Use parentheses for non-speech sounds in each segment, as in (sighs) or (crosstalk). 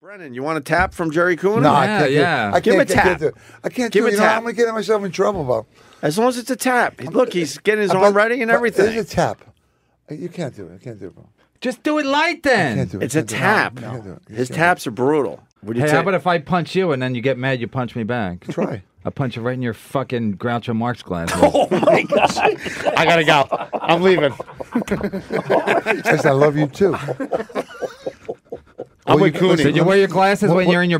Brennan, you want a tap from Jerry Coon? No, I Yeah, can't. do it. yeah. I Give him can't, a I can't tap. do it. I can't Give do him a it. You know, tap. I'm gonna get myself in trouble about. As long as it's a tap. Look, he's getting his arm ready and everything. It's a tap. You can't do it. You can't do it, bro. Just do it light You then. can't do it. It's a You can't tap. do it. You can't do it. You His can't taps are brutal. What do you Hey, how think? about if I punch you and then you get mad, you punch me back? do it. Try. I punch you right in your fucking Groucho (laughs) Marx glasses. Oh. I gotta go. I'm leaving. Yes, I love you too. I'm Well, with you can- Cooney. Did you wear your glasses when what- you're in your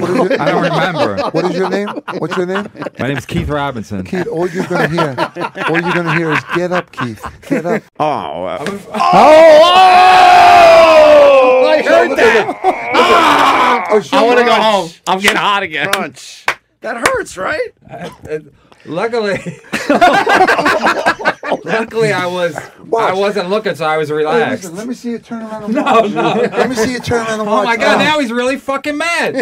what- what did you- (laughs) I don't remember. What is your name? What's your name? My name's Keith Robinson. Keith, all you're gonna hear, all you're gonna hear is "Get up, Keith, get up." oh, uh, I heard that. Oh, shit. I want to go home. I'm getting (laughs) hot again. crunch. That hurts, right? Luckily, (laughs) luckily I was I wasn't looking, so I was Hey, relaxed. listen, let me see you turn around and watch. no. Let me see you turn around and Oh watch. my god, now he's really (laughs) fucking mad.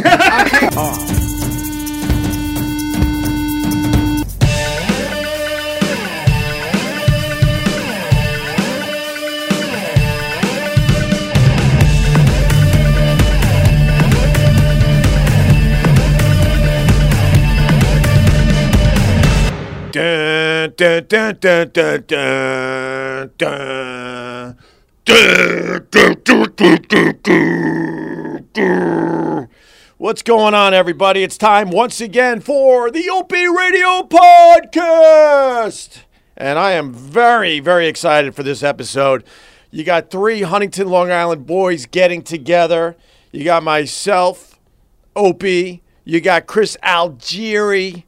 Dun, dun, dun, dun, dun, dun, dun. Dun, dun, dun, dun, dun, dun, dun. What's going on, everybody? It's time once again for the OP Radio Podcast. And I am very, very excited for this episode. You got three Huntington, Long Island boys getting together. You got myself, Opie. You got Chris Algieri,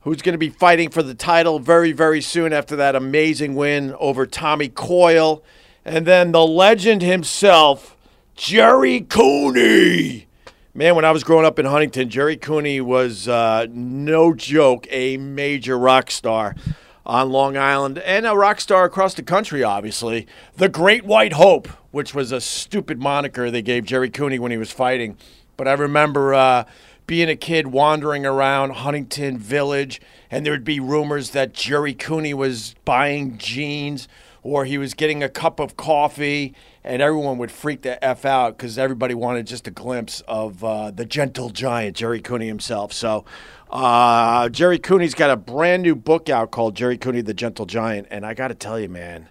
who's going to be fighting for the title very, very soon after that amazing win over Tommy Coyle. And then the legend himself, Jerry Cooney. Man, when I was growing up in Huntington, Jerry Cooney was uh, no joke a major rock star on Long Island and a rock star across the country, obviously. The Great White Hope, which was a stupid moniker they gave Jerry Cooney when he was fighting. But I remember uh, being a kid wandering around Huntington Village, and there would be rumors that Jerry Cooney was buying jeans or he was getting a cup of coffee, and everyone would freak the F out because everybody wanted just a glimpse of uh, the gentle giant, Jerry Cooney himself. So, uh, Jerry Cooney's got a brand new book out called Jerry Cooney, the Gentle Giant. And I got to tell you, man,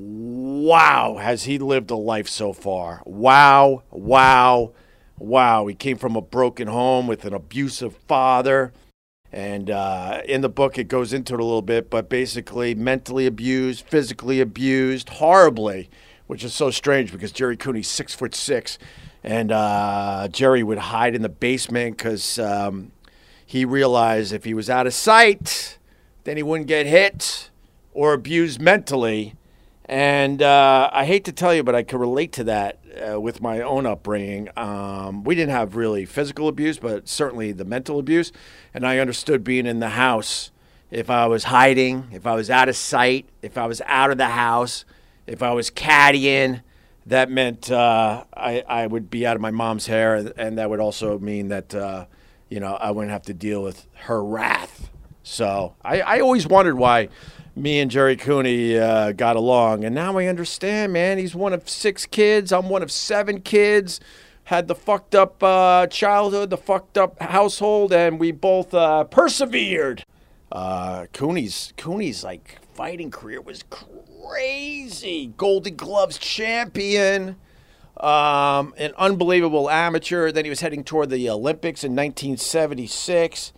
wow, has he lived a life so far? Wow, wow, wow. He came from a broken home with an abusive father. And uh, in the book, it goes into it a little bit, but basically mentally abused, physically abused, horribly, which is so strange because Jerry Cooney's six foot six, and uh, Jerry would hide in the basement because um, he realized if he was out of sight, then he wouldn't get hit or abused mentally. And uh, I hate to tell you, but I can relate to that uh, with my own upbringing. Um, we didn't have really physical abuse, but certainly the mental abuse. And I understood being in the house if I was hiding, if I was out of sight, if I was out of the house, if I was caddying. That meant uh, I, I would be out of my mom's hair, and, and that would also mean that uh, you know I wouldn't have to deal with her wrath. So I, I always wondered why me and Jerry Cooney uh, got along, and now I understand, man. He's one of six kids. I'm one of seven kids. Had the fucked up uh, childhood, the fucked up household, and we both uh, persevered. Uh, Cooney's Cooney's like fighting career was crazy. Golden Gloves champion um, an unbelievable amateur. Then he was heading toward the Olympics in 1976.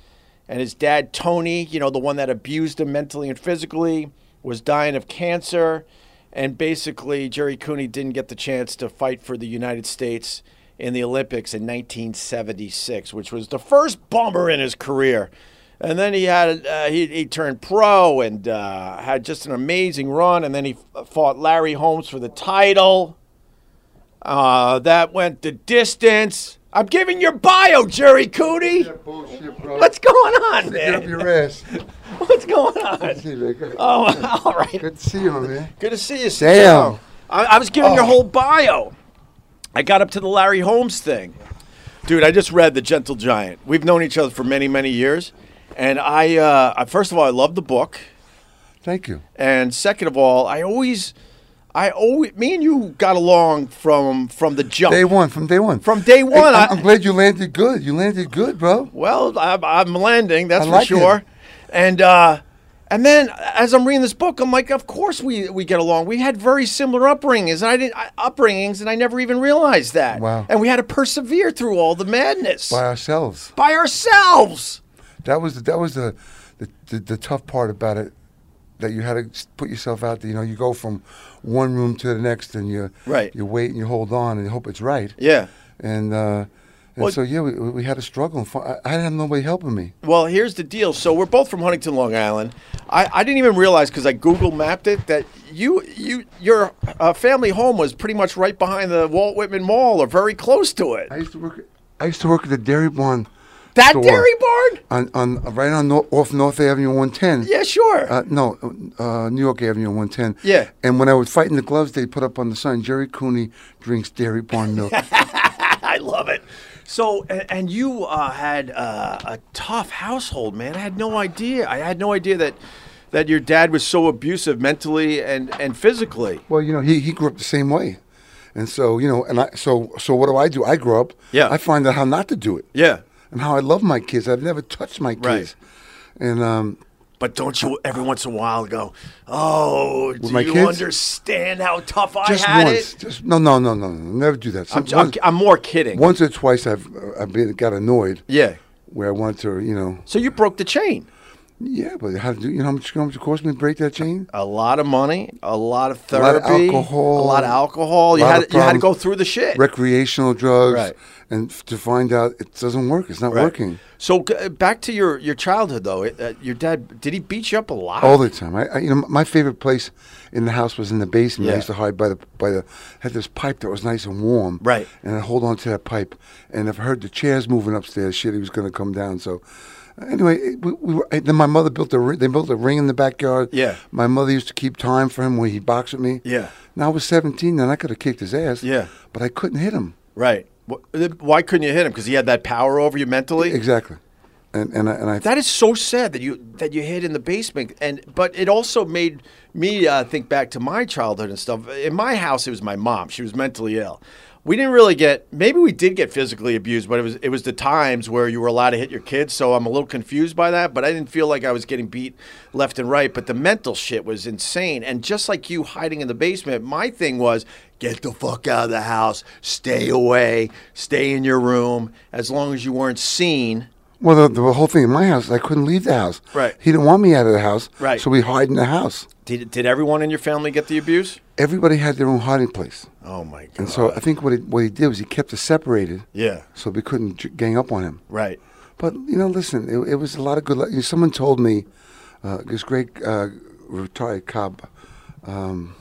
And his dad, Tony, you know, the one that abused him mentally and physically, was dying of cancer. And basically, Jerry Cooney didn't get the chance to fight for the United States in the Olympics in 1976, which was the first bummer in his career. And then he had uh, he, he turned pro and uh, had just an amazing run. And then he f- fought Larry Holmes for the title. Uh, that went the distance. I'm giving your bio, Jerry Cooney. Bullshit, bro. What's going on, Get up man? your ass. What's going on? See you, man. Good- Oh, all right. Good to see you, man. Good to see you. Damn. Oh. Sam. I, I was giving your whole bio. I got up to the Larry Holmes thing. Dude, I just read The Gentle Giant. We've known each other for many, many years. And I, uh, I- first of all, I love the book. Thank you. And second of all, I always I always, me and you got along from from the jump. Day one, from day one. From day Hey, one, I'm, I- I'm glad you landed good. You landed good, bro. Well, I'm, I'm landing, that's I for like it. sure. And uh, and then as I'm reading this book, I'm like, of course we, we get along. We had very similar upbringings, and I didn't I, upbringings, and I never even realized that. Wow. And we had to persevere through all the madness By ourselves. by ourselves. That was the, that was the the, the the tough part about it. That you had to s- put yourself out there. You know, you go from one room to the next, and you Right. you wait and you hold on and you hope it's right. Yeah. And uh, and Well- so yeah, we, we had a struggle. and fi- I, I didn't have nobody helping me. Well, here's the deal. So we're both from Huntington, Long Island. I, I didn't even realize because I Google mapped it that you you your uh, family home was pretty much right behind the Walt Whitman Mall or very close to it. I used to work. I used to work at the Dairy Barn. That store dairy barn? on on right on Nor- off North Avenue 110. Yeah, sure. Uh, no, uh, New York Avenue 110. Yeah. And when I was fighting the gloves, they put up on the sign, Jerry Cooney drinks Dairy (laughs) Barn milk. I love it. So, and, and you uh, had uh, a tough household, man. I had no idea. I had no idea that that your dad was so abusive mentally and and physically. well, you know, he, he grew up the same way. And so, you know, and I so so what do I do? I grow up. Yeah. I find out how not to do it. Yeah. And how I love my kids. I've never touched my kids. Right. And um, But don't you every once in a while go, oh, do my you kids? understand how tough I just had once, it? just no, no, no, no, no, never do that. I'm, Some- I'm, once, I'm more kidding. once or twice, I've uh, I've been got annoyed. yeah. Where I wanted to, you know, So you broke the chain. yeah, but how to do? You know how much, how much it cost me to break that chain? A lot of money, a lot of lot therapy, of a alcohol, lot of alcohol. You lot had of you had to problems. go through the shit. recreational drugs Right. and f- to find out it doesn't work it's not Right. working So g- uh, back to your your childhood though. Uh, your dad did he beat you up a lot? all Oh, the time I, I you know my favorite place in the house was in the basement Yeah. i used to hide by the by the had this pipe that was nice and warm Right. and i'd hold on to that pipe and if i heard the chairs moving upstairs shit he was going to come down so Anyway, it- we, we were, then my mother built a ri- they built a ring in the backyard. Yeah. my mother used to keep time for him when he boxed with me. Yeah. now I was seventeen, and I could have kicked his ass. Yeah. but I couldn't hit him. right. Wh- th- Why couldn't you hit him? Because he had that power over you mentally. Exactly, and and I, and I That is so sad that you that you hid in the basement. And but it also made me uh, think back to my childhood and stuff. In my house, it was my mom. She was mentally ill. We didn't really get. Maybe we did get physically abused, but it was it was the times where you were allowed to hit your kids. So I'm a little confused by that. But I didn't feel like I was getting beat left and right. But the mental shit was insane. And just like you hiding in the basement, my thing was get the fuck out of the house, stay away, stay in your room. As long as you weren't seen, Well, the, the whole thing in my house, I couldn't leave the house. Right. He didn't want me out of the house. Right. So we hide in the house. Did, did everyone in your family get the abuse? Everybody had their own hiding place. Oh my god! And so I think what he, what he did was he kept us separated. yeah, So we couldn't j- gang up on him. right. But, you know, listen, it, it was a lot of good. li- you know, someone told me, uh, this great uh, retired cop, um,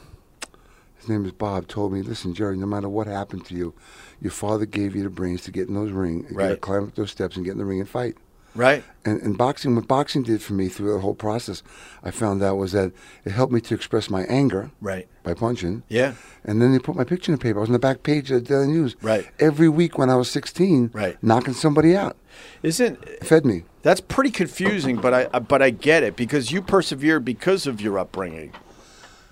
his name is Bob, told me, listen, Jerry, no matter what happened to you, your father gave you the brains to get in those ring, you gotta Right. climb up those steps and get in the ring and fight. Right. and, and boxing what boxing did for me through the whole process i found out was that it helped me to express my anger Right. by punching Yeah. and then they put my picture in the paper i was on the back page of the daily news Right. every week when i was 16 Right. knocking somebody out Isn't It fed me that's pretty confusing? But I I- but I get it because you persevered because of your upbringing,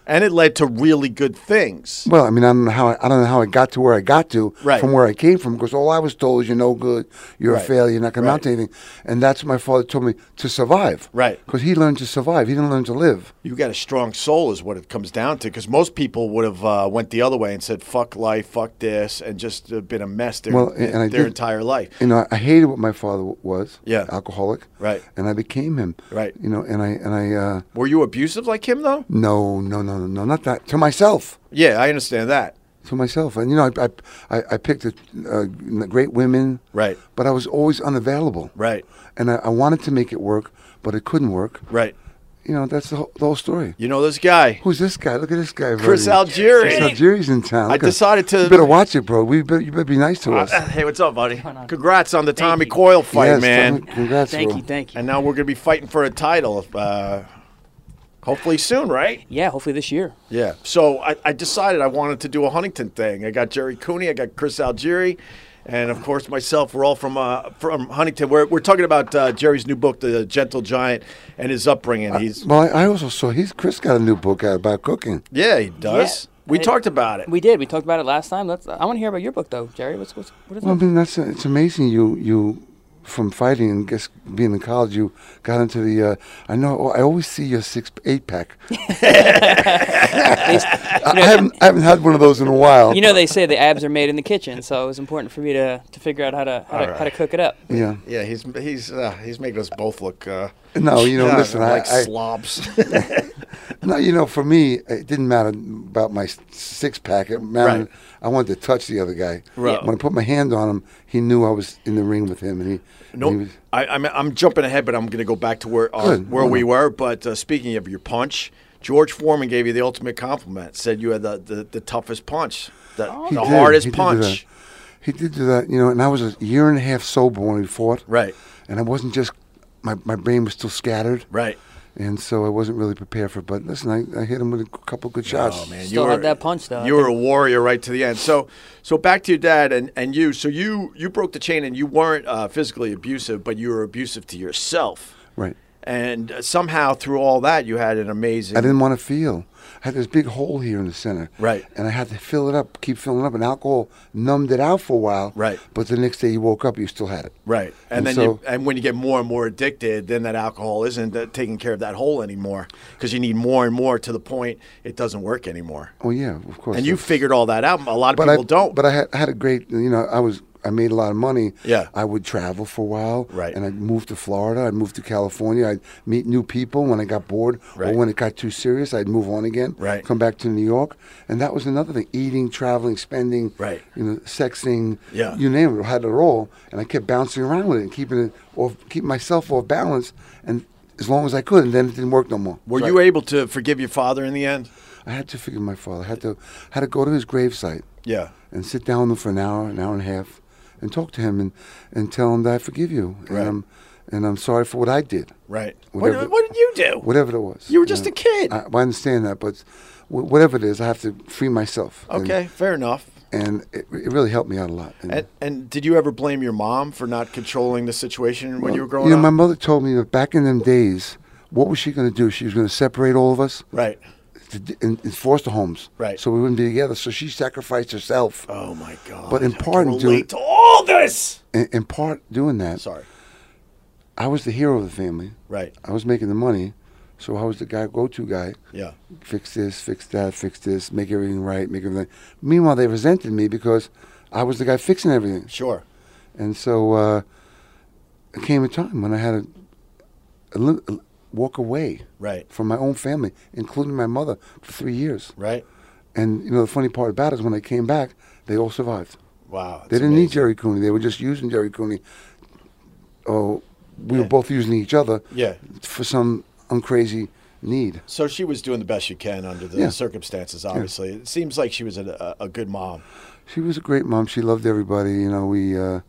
and it led to really good things. well i mean i don't know how i, I don't know how i got to where i got to Right. from where i came from because all i was told is you're no good you're Right. a failure you're not going Right. to amount to anything and that's what my father told me to survive Right. because he learned to survive he didn't learn to live You got a strong soul, is what it comes down to. Because most people would have uh, went the other way and said "fuck life, fuck this," and just uh, been a mess their Well, and I their did- entire life. you know, I hated what my father w- was. Yeah. alcoholic. Right. and I became him. Right. you know, and I and I uh, Were you abusive like him though? no, no, no, no, no, not that to myself, Yeah, I understand that. to myself, and you know, I I, I, I picked a, uh, great women. Right. but I was always unavailable. Right. and I, I wanted to make it work, but it couldn't work. Right. You know, that's the whole, the whole story. You know this guy. Who's this guy? Look at this guy, Chris buddy. Algieri. Chris Algieri's in town. I Look at- decided to- You better watch it, bro. We better, you better be nice to us. Uh, hey, what's up, buddy? Congrats on the Tommy Coyle fight, Yes, man. Tommy, Congrats, Thank bro. you, thank you. And now we're going to be fighting for a title, uh, hopefully soon, right? yeah, hopefully this year. Yeah. So I, I decided I wanted to do a Huntington thing. I got Jerry Cooney, I got Chris Algieri, and of course myself. We're all from uh, from Huntington. We're, we're talking about uh, Jerry's new book, The Gentle Giant, and his upbringing. He's Well, I, I also saw he's Chris got a new book out about cooking. yeah, he does. We talked about it. We did. We talked about it last time. Let's. I want to hear about your book though, Jerry. What's what's what is Well, I it? mean, that's it's amazing. You you from fighting and guess being in college, you got into the. Uh, I know. I always see your six eight pack. (laughs) I, I haven't I haven't had one of those in a while. You know they say the abs are made in the kitchen, so it was important for me to, to figure out how to how, to, how to cook it up. yeah. Yeah, he's he's uh, he's making us both look. Uh, No, you know. yeah, listen, I, like I (laughs) slobs. no, you know, for me, it didn't matter about my s- six pack. It mattered. Right. I wanted to touch the other guy. Right. When I put my hand on him, he knew I was in the ring with him, and he. and he No, was- I, I'm, I'm jumping ahead, but I'm going to go back to where uh, Good. where we were. But uh, speaking of your punch, George Foreman gave you the ultimate compliment. Said you had the, the, the toughest punch, the, Oh. He the did. hardest He did do punch. that. He did do that, you know. And I was a year and a half sober when we fought. Right. And I wasn't just my my brain was still scattered. Right. And so I wasn't really prepared for. it. But listen, I, I hit him with a c- couple good shots. Oh man, Still you had were, that punch, though, I You were a warrior right to the end. So, so back to your dad and, and you. So you you broke the chain, and you weren't uh, physically abusive, but you were abusive to yourself. Right. And uh, somehow through all that, you had an amazing. I didn't want to feel. I had this big hole here in the center. Right. And I had to fill it up, keep filling it up, and alcohol numbed it out for a while. Right. But the next day you woke up, you still had it. Right, and, And then so- you, and when you get more and more addicted, then that alcohol isn't uh, taking care of that hole anymore because you need more and more to the point it doesn't work anymore. Oh yeah, of course. And you That's- figured all that out. A lot of but people I, don't. But I had, I had a great, you know, I was I made a lot of money. Yeah. I would travel for a while. Right. And I'd move to Florida. I'd move to California. I'd meet new people when I got bored Right. or when it got too serious. I'd move on again. Right. Come back to New York, and that was another thing: eating, traveling, spending. Right. You know, sexing. Yeah. You name it. I had it all, and I kept bouncing around with it, and keeping it off, keeping myself off balance, and as long as I could, and then it didn't work no more. Were you able to forgive your father in the end? I had to figure my father. I had to had to go to his gravesite Yeah. and sit down with him for an hour, an hour and a half, and talk to him and, and tell him that I forgive you Right. and I'm and I'm sorry for what I did, Right. Whatever- What, what did you do? whatever it was. You were just a kid. I, I understand that, but w- whatever it is, I have to free myself. and- okay, fair enough. and, it, it really helped me out a lot. And, And, and did you ever blame your mom for not controlling the situation when you were growing you know, up? my mother told me that back in them days, what was she going to do? She was going to separate all of us right. to, d- and, and force the homes, Right. So we wouldn't be together. So she sacrificed herself. Oh my God. But in I can part, dude- relate to all this. In, in part, doing that, Sorry. I was the hero of the family. Right. I was making the money, so I was the guy, go-to guy. Yeah. Fix this, fix that, fix this, make everything right, make everything. Meanwhile, they resented me because I was the guy fixing everything. Sure. And so uh, it came a time when I had to el- el- walk away Right. from my own family, including my mother, for three years. Right. And you know, the funny part about it is when I came back, they all survived. Wow. They that's didn't amazing. need Jerry Cooney. They were just using Jerry Cooney. Oh, we were both using each other Yeah. for some uncrazy need. So she was doing the best she can under the Yeah. circumstances. Obviously, it seems like she was a, a, a good (laughs) mom. She was a great mom. She loved everybody. You know, we uh,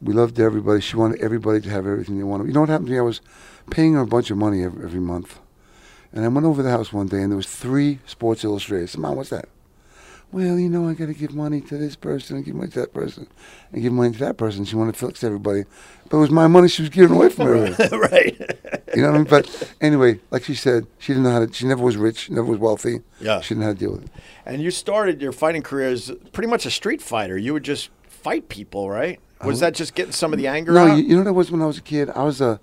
we loved everybody. She wanted everybody to have everything they wanted. You know what happened to me? I was paying her a bunch of money every, every month, and I went over to the house one day, and there was three Sports Illustrated. I said, Mom, what's that? Well, you know, I got to give money to this person and give money to that person and give money to that person. She wanted to flex everybody, but it was my money she was giving away from everybody. (laughs) right. You know what I mean? But anyway, like she said, she didn't know how to. She never was rich. Never was wealthy. Yeah. She didn't know how to deal with it. And you started your fighting career as pretty much a street fighter. You would just fight people, right? Was that just getting some of the anger Uh-huh. No, out? you, you know what I was when I was a kid. I was a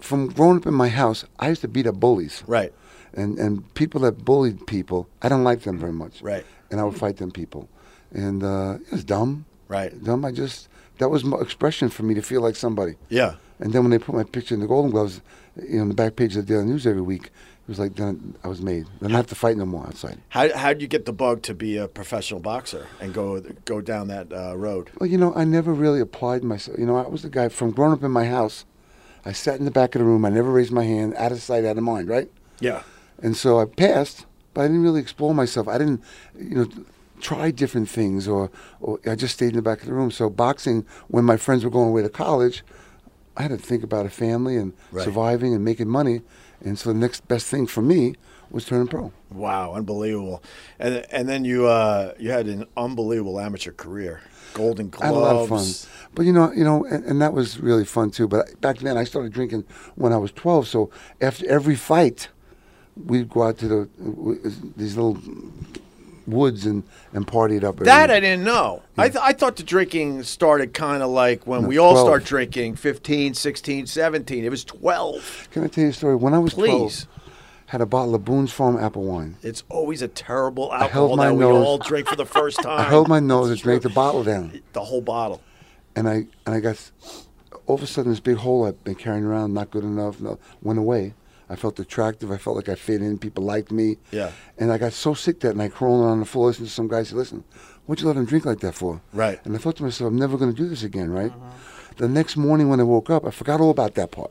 from growing up in my house. I used to beat up bullies. Right. And and people that bullied people, I don't like them very much. Right. And I would fight them people, and uh, it was dumb. Right. Dumb. I just that was my expression for me to feel like somebody. Yeah. And then when they put my picture in the Golden Gloves, you know, on the back page of the Daily News every week, it was like then I was made. Then I have to fight no more outside. How how'd you get the bug to be a professional boxer and go go down that uh, road? Well, you know, I never really applied myself. You know, I was the guy from growing up in my house. I sat in the back of the room. I never raised my hand, out of sight, out of mind, right? Yeah. And so I passed, but I didn't really explore myself. I didn't, you know, try different things, or, or I just stayed in the back of the room. So boxing, when my friends were going away to college, I had to think about a family and Right. surviving and making money. And so the next best thing for me was turning pro. Wow, unbelievable. And and then you uh, you had an unbelievable amateur career. Golden I gloves. had a lot of fun. But you know, you know, and, and that was really fun too. But back then, I started drinking when I was twelve. So after every fight, we'd go out to the w- w- these little woods and, and partied up. That every- I didn't know. I, th- I thought the drinking started kind of like when we all 12. start drinking 15, 16, 17. It was 12. Can I tell you a story? When I was Please. 12, had a bottle of Boone's Farm apple wine. It's always a terrible held alcohol my that we nose. all drink for the first time. (laughs) I held my nose and drank the bottle down, the whole bottle. and I and I got s- all of a sudden this big hole I've been carrying around, not good enough, no, went away. I felt attractive. I felt like I fit in. People liked me. Yeah. And I got so sick that night, crawling on the floor, listening to some guy say, "Listen, what'd you let him drink like that for?" Right. Uh-huh. And I thought to myself, "I'm never going to do this again." Right. The next morning when I woke up, I forgot all about that part.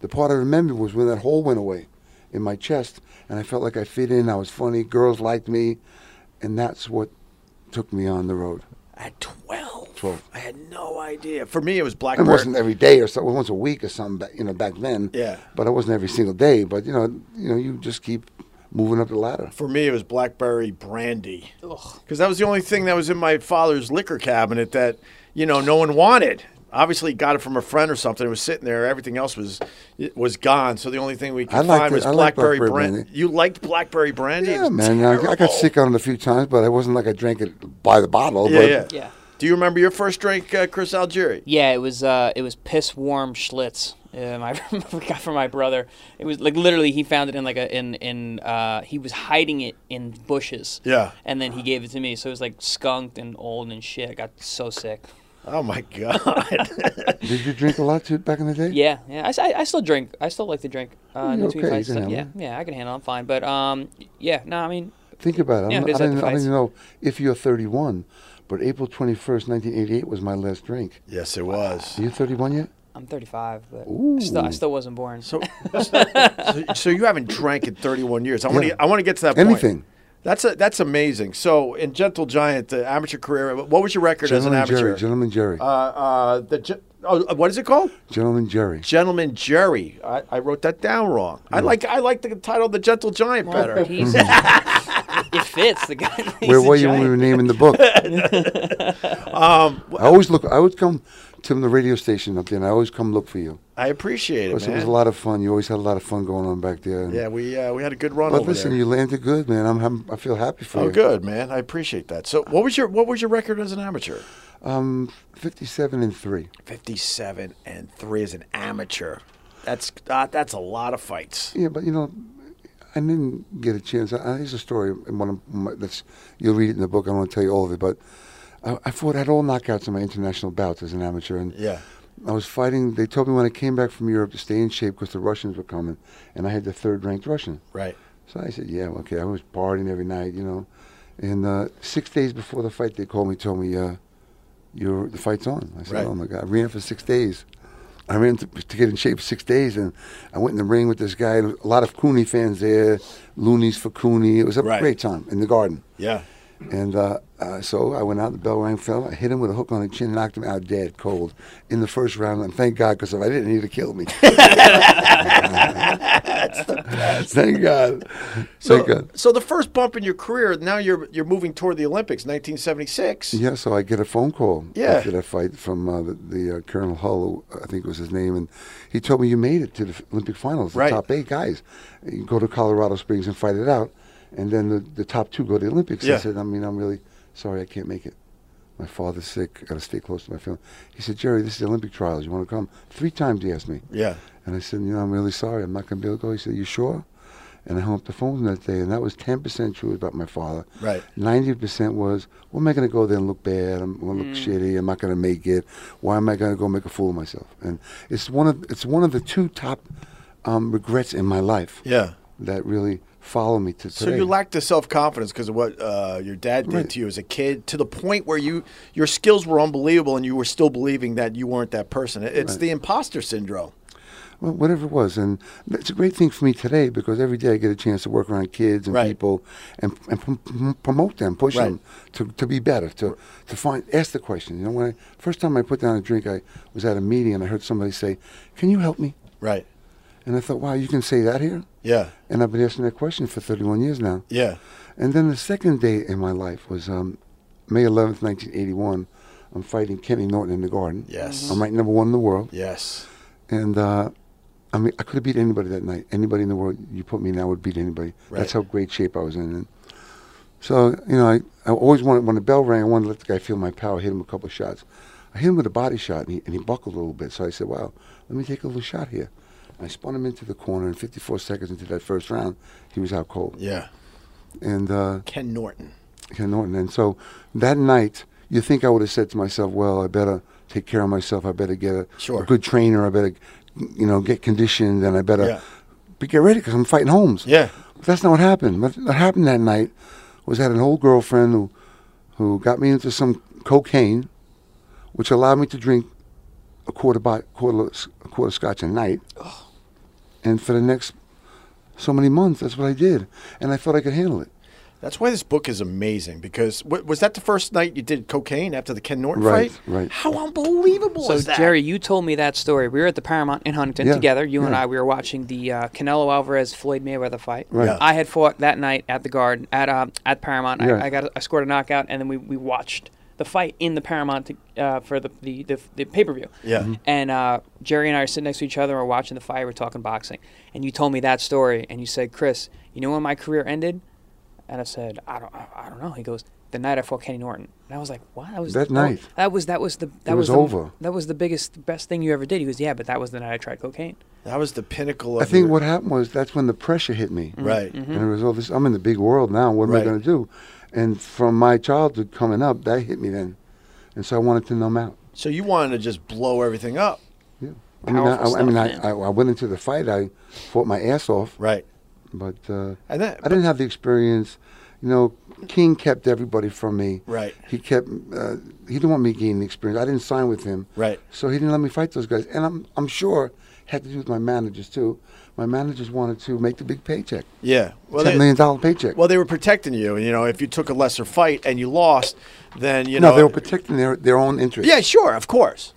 The part I remembered was when that hole went away in my chest, and I felt like I fit in. I was funny. Girls liked me, and that's what took me on the road. At 12. 12. I had no idea. For me, it was It Blackbird. wasn't every day or so, once a week or something. Back, you know, back then. Yeah. But it wasn't every single day. But you know, you know, you just keep moving up the ladder. For me, it was blackberry brandy. Because that was the only thing that was in my father's liquor cabinet that, you know, no one wanted. Obviously, he got it from a friend or something. It was sitting there. Everything else was it was gone. So the only thing we could I liked find it. was I liked blackberry, blackberry brandy. brandy. You liked blackberry brandy? It Yeah, was man. I, I got terrible. sick on it a few times, but it wasn't like I drank it by the bottle. Yeah, but yeah, Yeah. Do you remember your first drink, uh, Chris Algieri? Yeah, it was uh, it was piss warm Schlitz. Um, (laughs) I remember got from my brother. It was like literally he found it in like a in in uh, he was hiding it in bushes. Yeah. And then he gave it to me, so it was like skunked and old and shit. I got so sick. Oh my god! Did you drink a lot too back in the day? Yeah, yeah. I s- I, I still drink. I still like to drink. Uh, in Oh, You're between okay, fights you and can stuff. Yeah, handle yeah. I can handle. it, I'm fine. But um, yeah. No, I mean, Think about it. Yeah, I'm, it I is at don't the even- I don't fights. even know if you're 31, but April 21st, 1988 was my last drink. yes, it was. Are you 31 yet? I'm 35, but I still I Ooh. still wasn't born. So, so, so you haven't drank in 31 years. I want to. Yeah. I want to get to that. Anything. Point. That's a, that's amazing. So in Gentle Giant, the amateur career. What was your record Gentleman as an amateur? Jerry. Gentleman Jerry. uh, uh, the gen- oh, uh, what is it called? Gentleman Jerry. Gentleman Jerry. I, I wrote that down wrong. I Hmm. like I like the title The Gentle Giant (laughs) better. (laughs) He's- it fits the guy. (laughs) he's Where a were you when giant. we were naming the book? (laughs) Um, I always look. I would come to the radio station up there, and I always come look for you. I appreciate it, Because man. it was a lot of fun. You always had a lot of fun going on back there. and- yeah, we uh, we had a good run But over listen, there. you landed good, man. I'm, I'm I feel happy for oh, you. good man. I appreciate that. So what was your what was your record as an amateur? Um, 57 and three. 57 and 3 as an amateur. That's uh, that's a lot of fights. Yeah, but you know, I didn't get a chance. I, I- here's a story in one of my, that's you'll read it in the book. I don't want to tell you all of it, but I, I fought had all knockouts in my international bouts as an amateur, and Yeah. I was fighting. They told me when I came back from Europe to stay in shape because the Russians were coming, and I had the third ranked Russian. Right. So I said, yeah, okay. I was partying every night, you know. And uh, six days before the fight, they called me, told me, uh, "Your the fight's on." I said, Right. "Oh my god!" I ran for six days. I ran to, to get in shape six days, and I went in the ring with this guy. A lot of Cooney fans there, loonies for Cooney. It was a Right. great time in the garden. Yeah. And uh, uh, so I went out. The bell rang, fell. I hit him with a hook on the chin, knocked him out dead, cold, in the first round. And thank God, because if I didn't, he'd have killed me. (laughs) Thank God. So thank God. so the first bump in your career, now you're you're moving toward the Olympics, 1976. Yeah, so I get a phone call Yeah. after that fight from uh, the, the uh, Colonel Hull, I think was his name, and he told me you made it to the Olympic finals, the Right. top eight guys. You go to Colorado Springs and fight it out, and then the, the top two go to the Olympics. Yeah. I said, I mean, I'm really sorry I can't make it. My father's sick. I got to stay close to my family. He said, Jerry, this is the Olympic trials. You want to come? Three times he asked me. Yeah. And I said, you know, I'm really sorry. I'm not going to be able to go. He said, you sure? And I hung up the phone that day, and that was 10% true about my father. Right. 90% was, what am I going to go there and look bad? I'm going to look shitty. I'm not going to make it. Why am I going to go make a fool of myself? And it's one of, it's one of the two top um, regrets in my life Yeah. that really follow me to So today. you lacked the self confidence because of what uh, your dad did Right. to you as a kid, to the point where you your skills were unbelievable, and you were still believing that you weren't that person. It- It's the imposter syndrome. Well, whatever it was, and it's a great thing for me today because every day I get a chance to work around kids and Right. people and, and prom- prom- promote them, push Right. them to, to be better, to to find ask the question. You know, when I first time I put down a drink, I was at a meeting and I heard somebody say, "Can you help me?" Right. And I thought, "Wow, you can say that here." Yeah. And I've been asking that question for 31 years now. Yeah. And then the second day in my life was um, May 11th, 1981. I'm fighting Kenny Norton in the Garden. Yes. I'm ranked number one in the world. Yes. And uh, I mean, I could have beat anybody that night. Anybody in the world you put me in, I would beat anybody. Right. That's how great shape I was in. And So you know, I, I always wanted when the bell rang, I wanted to let the guy feel my power. Hit him a couple of shots. I hit him with a body shot, and he, and he buckled a little bit. So I said, "Wow, let me take a little shot here." And I spun him into the corner, and 54 seconds into that first round, he was out cold. Yeah. And uh, Ken Norton. Ken Norton. And so that night, you think I would have said to myself, "Well, I better take care of myself. I better get a, Sure. a good trainer. I better, you know, get conditioned, and I better Yeah. be get ready because I'm fighting Holmes." Yeah. But that's not what happened. What, what happened that night was I had an old girlfriend who, who got me into some cocaine, which allowed me to drink a quarter by, quarter a quarter scotch a night, and for the next so many months, that's what I did, and I felt I could handle it. That's why this book is amazing because w- was that the first night you did cocaine after the Ken Norton Right, fight? right. How unbelievable So is that? Jerry, you told me that story. We were at the Paramount in Huntington Yeah, together. You and yeah. I, we were watching the uh, Canelo Alvarez Floyd Mayweather fight. Right. Yeah. I had fought that night at the Garden at um, at Paramount. Yeah. I, I got I scored a knockout, and then we, we watched the fight in the Paramount to, uh, for the the, the, the pay per view. Yeah. Mm-hmm. Mhm. And uh, Jerry and I are sitting next to each other. We're watching the fight. We're talking boxing, and you told me that story, and you said, Chris, you know when my career ended? And I said, I don't I I don't know. He goes. The night I fought Kenny Norton, and I was like, "What?" I was That oh, night. That was that was the that It was was, the- over. that was the biggest, the best thing you ever did. He goes, yeah, but that was the night I tried cocaine. that was the pinnacle I of think your- what happened was that's when the pressure hit me. Right. And it was all this. I'm in the big world now. What am Mm-hmm. Right. I going to do? And from my childhood coming up, that hit me then, and so I wanted to numb out. So you wanted to just blow everything up. Yeah. I mean, I, Powerful I, I, mean stuff, I, I, I went into the fight. I fought my ass off, Right. but uh, And that- I didn't have the experience. You know, King kept everybody from me. Right. He kept. Uh, he didn't want me gaining the experience. I didn't sign with him. Right. So he didn't let me fight those guys. And I'm I'm sure it had to do with my managers too. My managers wanted to make the big paycheck, Yeah. Well, ten they- million dollar paycheck. well, they were protecting you. You know, if you took a lesser fight and you lost, then you no, know. they were protecting their, their own interest. yeah, sure, of course.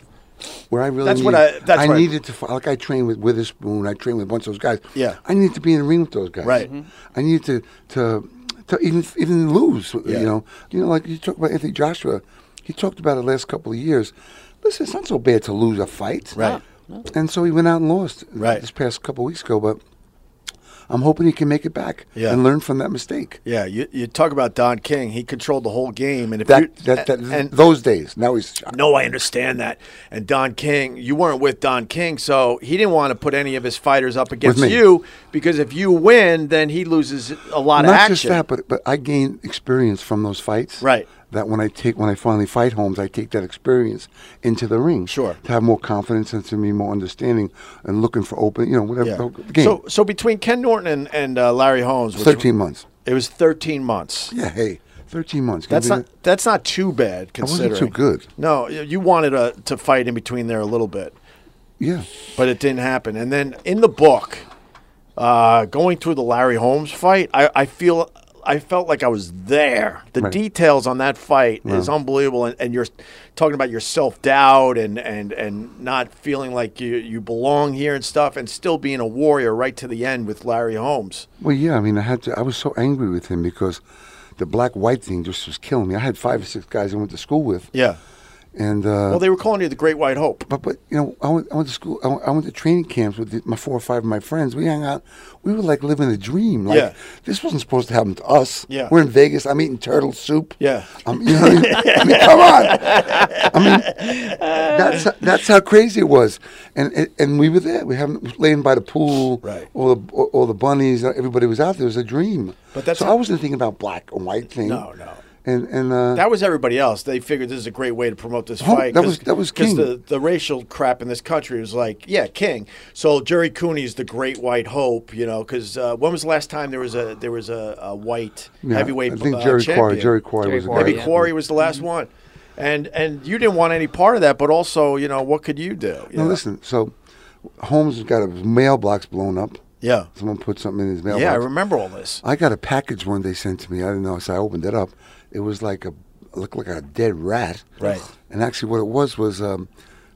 where I really That's what needed- I- that's what I- needed to fi- like I trained with Witherspoon, I trained with a bunch of those guys. Yeah. I needed to be in the ring with those guys. Mm-hmm. Right. Mhm. I needed to to to even even lose. Yeah. You know, you know, like you talk about Anthony Joshua, he talked about it last couple of years. Listen, it's not so bad to lose a fight, Right. And so he went out and lost Right. this past couple of weeks ago, but. I'm hoping he can make it back Yeah. and learn from that mistake. Yeah, you, you talk about Don King. He controlled the whole game, and if you, That, that, that, and, those days. Now he's No, I understand that. And Don King, you weren't with Don King, so he didn't want to put any of his fighters up against me. you because if you win, then he loses a lot of not action. just that, but but I gain experience from those fights. Right. That when I take when I finally fight Holmes, I take that experience into the ring. Sure. To have more confidence and to be more understanding and looking for open, you know, whatever Yeah. the game. So, so between Ken Norton and, and uh, Larry Holmes, which- Thirteen months. It was thirteen months. Yeah. Hey, thirteen months. Can That's you not believe that? that's not too bad wasn't considering. too good. No, y- you wanted uh, to fight in between there a little bit, Yeah. but it didn't happen. And then in the book, uh, going through the Larry Holmes fight, I, I feel I felt like I was there. The Right. details on that fight is unbelievable, and, and you're talking about your self doubt and, and and not feeling like you you belong here and stuff, and still being a warrior right to the end with Larry Holmes. Well, yeah. I mean, I had to. I was so angry with him because the black white thing just was killing me. I had five or six guys I went to school with, Yeah. and uh, Well, they were calling you the Great White Hope. But but you know, I went, I went to school. I went, I went to training camps with the, my four or five of my friends. We hung out. We were like living a dream. Like Yeah. this wasn't supposed to happen to us. Yeah. we're in Vegas. I'm eating turtle soup. Yeah. I'm, you know, what I mean? I mean, come on. I (laughs) mean, that's that's how crazy it was. And and, and we were there. We haven't laying by the pool. Right. All the all, all the bunnies. uh, Everybody was out there. It was a dream. But that's so how- I wasn't thinking about black and white thing. No, no. And and uh, That was everybody else. They figured this is a great way to promote this Oh, fight. that was- that was King. the, the racial crap in this country was like, yeah, King. So Jerry Cooney's the great white hope, you know, because uh, when was the last time there was a there was a, a white yeah, heavyweight? I think uh, Jerry champion? Quarry. Jerry Mm-hmm. Quarry Jerry was a Quarry, guy. Maybe yeah. Quarry was the last one, and and you didn't want any part of that. But also, you know, what could you do? You Now know? listen, so Holmes has got a mailbox blown up. Yeah. Someone put something in his mailbox. Yeah, I remember all this. I got a package one day sent to me. I didn't know, so I opened it up. It was like a looked like a dead rat. Right. And actually, what it was was um,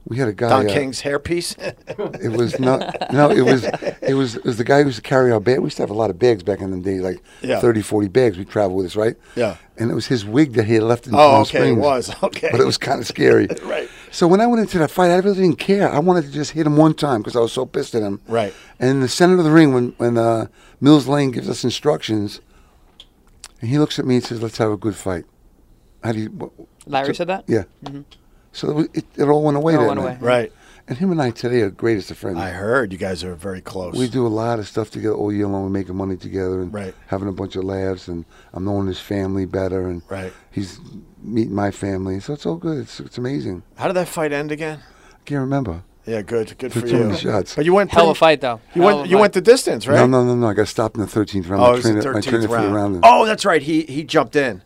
we had a guy. Don uh, King's hairpiece. (laughs) It was not. no, it was it was it was the guy who used to carry our bag. We used to have a lot of bags back in the day, like Yeah. thirty, forty 30, 40 bags. We travel with us, right? Yeah. And it was his wig that he had left in. Oh, okay, Palm it Springs. was. (laughs) Okay. But it was kind of scary. (laughs) Right. So when I went into that fight, I really didn't care. I wanted to just hit him one time because I was so pissed at him. Right. And in the center of the ring, when when uh, Mills Lane gives us instructions, And he looks at me and says, "Let's have a good fight." How do you? What, Larry said that. yeah. Mm-hmm. So it, was- it, it all went away. It all that went night. away. Right. And him and I today are greatest of friends. I heard you guys are very close. We do a lot of stuff together all year long. We're making money together and Right. having a bunch of laughs. And I'm knowing his family better. And Right. he's meeting my family. So it's all good. It's, it's amazing. How did that fight end again? I can't remember. Yeah, good. Good For for too you. many shots. But you went Hell of pretty- a fight though. You Hell of went. a You fight. went the distance, right? No, no, no, no. I got stopped in the 13th round. Oh, my it was the trainer, my trainer thirteenth threw me round. around and- Oh, that's right. He he jumped in,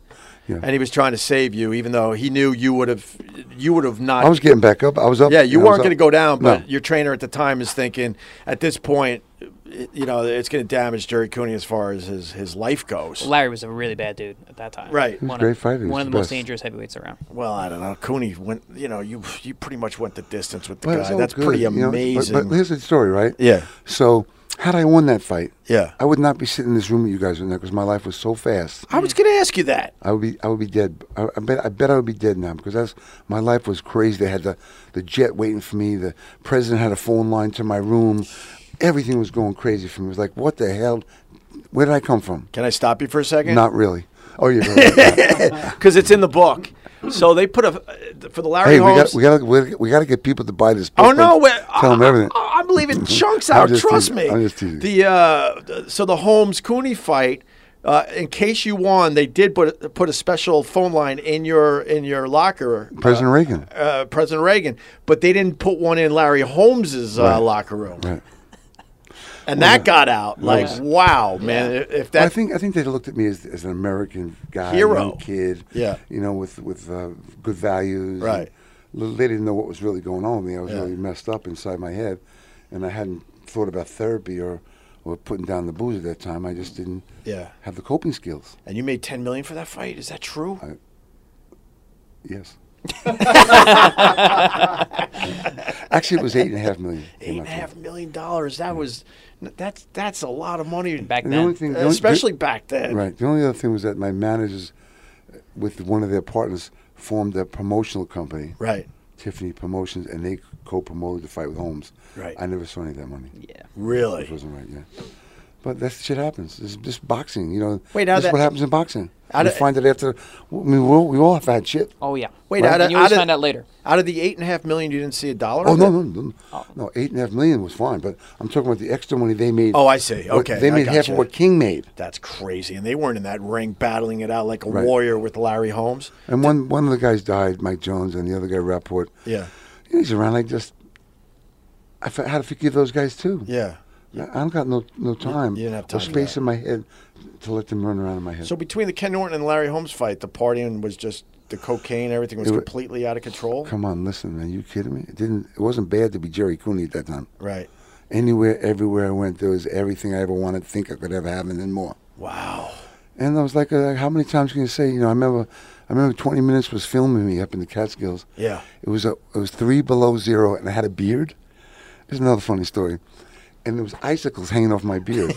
Yeah. and he was trying to save you, even though he knew you would have, you would have not. I was getting back up. I was up. yeah, you I was weren't up. going to go down, but No. your trainer at the time is thinking, at this point, you know, it's going to damage Jerry Cooney as far as his his life goes. Larry was a really bad dude at that time. Right. He was One a great of, fighter. He was One of the the most best. dangerous heavyweights around. Well, I don't know. Cooney went. You know, you you pretty much went the distance with the But it's guy. all That's good, pretty you know, but- amazing. But, here's the story, right? yeah, So, had I won that fight, yeah. I would not be sitting in this room with you guys right now because my life was so fast. I was going to ask you that. I would be, I would be dead. I, I bet, I bet I would be dead now because that's my life was crazy. They had the, the jet waiting for me. The president had a phone line to my room. Everything was going crazy for me. It was like, what the hell? Where did I come from? Can I stop you for a second? Not really. Oh, (laughs) you're right. because it's in the book. So they put a for the Larry hey, we Holmes. got, we got, we, we got to get people to buy this. Book Oh no! Don't wait, uh, Tell them I- everything. I, am leaving chunks I'm out. just Trust teasing. me. I'm just teasing. The uh, th- so the Holmes Cooney fight. Uh, in case you won, they did put put a special phone line in your in your locker, President Reagan. uh, President Reagan, but they didn't put one in Larry Holmes's uh, locker room, Right. and that got out. Like, wow, man! i- If Well, I that think I think they looked at me as, as an American guy, Hero. young kid. Yeah. you know, with with uh, good values. Right. And They didn't know what was really going on with me. I was Yeah. really messed up inside my head, and I hadn't thought about therapy or or putting down the booze at that time. I just didn't Yeah. have the coping skills. and you made ten million for that fight, is that true? (laughs) Yes. Actually, it was eight and a half million. Eight and a half million dollars. That was that's that's a lot of money Back And the only then, thing, the only- especially back then. Right. The only other thing was that my managers, uh, with one of their partners, formed a promotional company, Right. Tiffany Promotions, and they co-promoted the fight with Holmes. Right. I never saw any of that money. Yeah. Really? Which wasn't right. Yeah. But that shit happens. This this boxing, you know. Wait, how that's that- what happens in boxing. How you did- find it after. I mean, we all, we all have had shit. oh yeah. Wait, Right. out of- And you always out of- find out later. Out of the eight and a half million, you didn't see a dollar. Oh of no it? no no no! Eight and a half million was fine, but I'm talking about the extra money they made. Oh, I see. What- Okay, they I made half gotcha. of what King made. That's crazy. And they weren't in that ring battling it out like a Right. warrior with Larry Holmes. And one one of the guys died, Mike Jones, and the other guy Rapport. Yeah. He's around. I just, I f- had to forgive those guys too. Yeah. I I don't got no no time. you didn't have or time for space that. in my head to let them run around in my head. So between the Ken Norton and Larry Holmes fight, the partying was just the cocaine. Everything was It wa- completely out of control. Come on, listen, man. You kidding me? It didn't. It wasn't bad to be Jerry Cooney at that time. Right. Anywhere, everywhere I went, there was everything I ever wanted, to think I could ever have, and then more. Wow. And I was like, uh, how many times can you say? You know, I remember, I remember 20 minutes was filming me up in the Catskills. Yeah. It was a, it was three below zero, and I had a beard. There's another funny story, and there was icicles hanging off my (laughs) beard.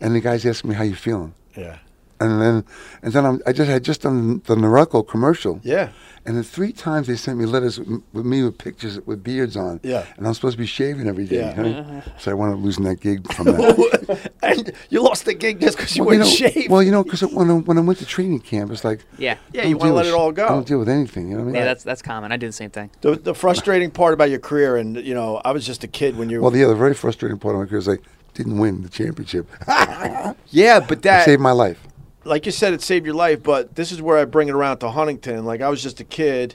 and the guys asked me, "How you feeling?" Yeah. And then, and then I'm, I just had just done the Norelco commercial. Yeah. And then three times they sent me letters with, with me with pictures with beards on. Yeah. And I'm supposed to be shaving every day. Yeah. (laughs) Huh? So I wound up losing that gig (laughs) from that. and you lost the gig just because you you weren't know, shaved. well, you know, because when I, when I went to training camp, it's like Yeah. Yeah, don't you wanna deal let with it all sh- go. I don't deal with anything. You know what I mean? Yeah, that's that's common. I do the same thing. the, the frustrating part about your career, and you know, I was just a kid when you. well, the other very frustrating part of my career is like didn't win the championship. (laughs) yeah, but I that saved my life. like you said, it saved your life, but this is where I bring it around to Huntington. Like I was just a kid,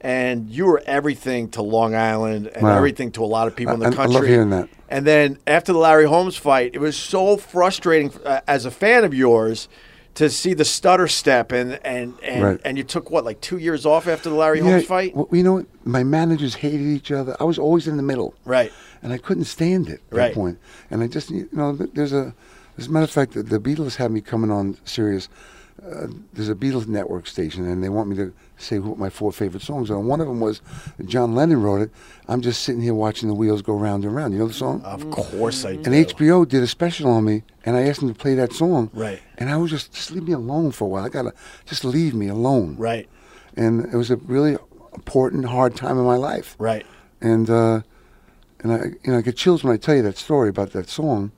and you were everything to Long Island and Wow. everything to a lot of people in the I- I country. love hearing that. And then after the Larry Holmes fight, it was so frustrating uh, as a fan of yours to see the stutter step and and and, Right. and you took what like two years off after the Larry Holmes fight, Well, you know, what? my managers hated each other. I was always in the middle. right? and I couldn't stand it at Right. that point. And I just, you know, th- there's a, as a matter of fact, the, the Beatles had me coming on serious. Uh, there's a Beatles network station, and they want me to say what my four favorite songs are. And one of them was John Lennon wrote it. I'm just sitting here watching the wheels go round and round. You know the song? Of course I did. and HBO did a special on me, and I asked them to play that song. Right. And I was just just leave me alone for a while. I gotta just leave me alone. right, And it was a really important, hard time in my life right. and uh, and I you know I get chills when I tell you that story about that song.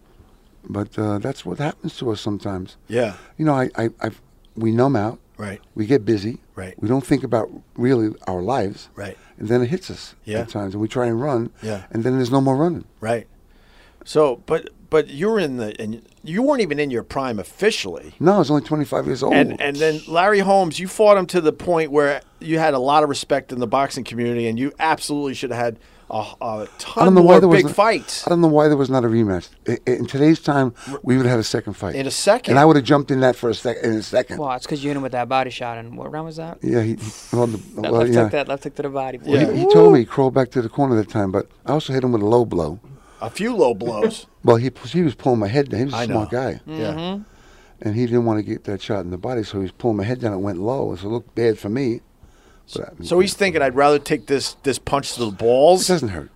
But uh, that's what happens to us sometimes. Yeah. You know, I, I, I we numb out. Right. We get busy. Right. We don't think about really our lives. Right. And then it hits us Yeah. at times, and we try and run. Yeah. And then there's no more running. Right. So, but but you're in the and you weren't even in your prime officially. No, I was only 25 years old. And and then Larry Holmes, you fought him to the point where you had a lot of respect in the boxing community, and you absolutely should have had a, a I ton don't know why more there was big not- fights. I don't know why there was not a rematch. I- I- In today's time, we would have had a second fight. In a second. And I would have jumped in that for a second. In a second. Well, it's because you hit him with that body shot. And what round was that? yeah. He, he- well, the, That well, left yeah. hook, that left hook to the body. boy. Yeah. He told me he crawled back to the corner that time, but I also hit him with a low blow. A few low (laughs) blows. Mm-hmm. Well, he he was pulling my head down. He was a I know. smart guy, Yeah. Mm-hmm. and he didn't want to get that shot in the body, so he was pulling my head down. It went low, so it looked bad for me. But I- So he's thinking, I'd rather take this this punch to the balls. it doesn't hurt.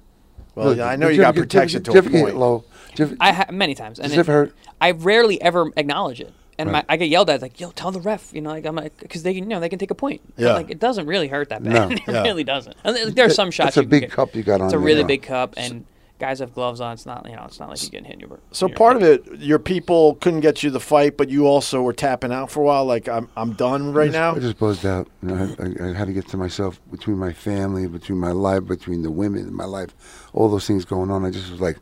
Well, Look, yeah, I know did you got ever get- did you protection ever- to did a you ever get point. Low. Did you- I ha- many times, and Does it ever hurt? I rarely ever acknowledge it, and Right. my, I get yelled at like, "Yo, tell the ref," you know, like I'm like, because they, you know, they can take a point. I'm Yeah. like it doesn't really hurt that bad. No. (laughs) it Yeah. really doesn't. And there- there are some shots. a you can big get- cup you got on It's a you, really yeah. big cup, and guys have gloves on. It's not, you know, it's not like you get hit. in your- So in your part head. of it, your people couldn't get you the fight, but you also were tapping out for a while. Like I'm, I'm done right just- now. I just buzzed out. You know, I, I, I had to get to myself between my family, between my life, between the women in my life, all those things going on. I just was like,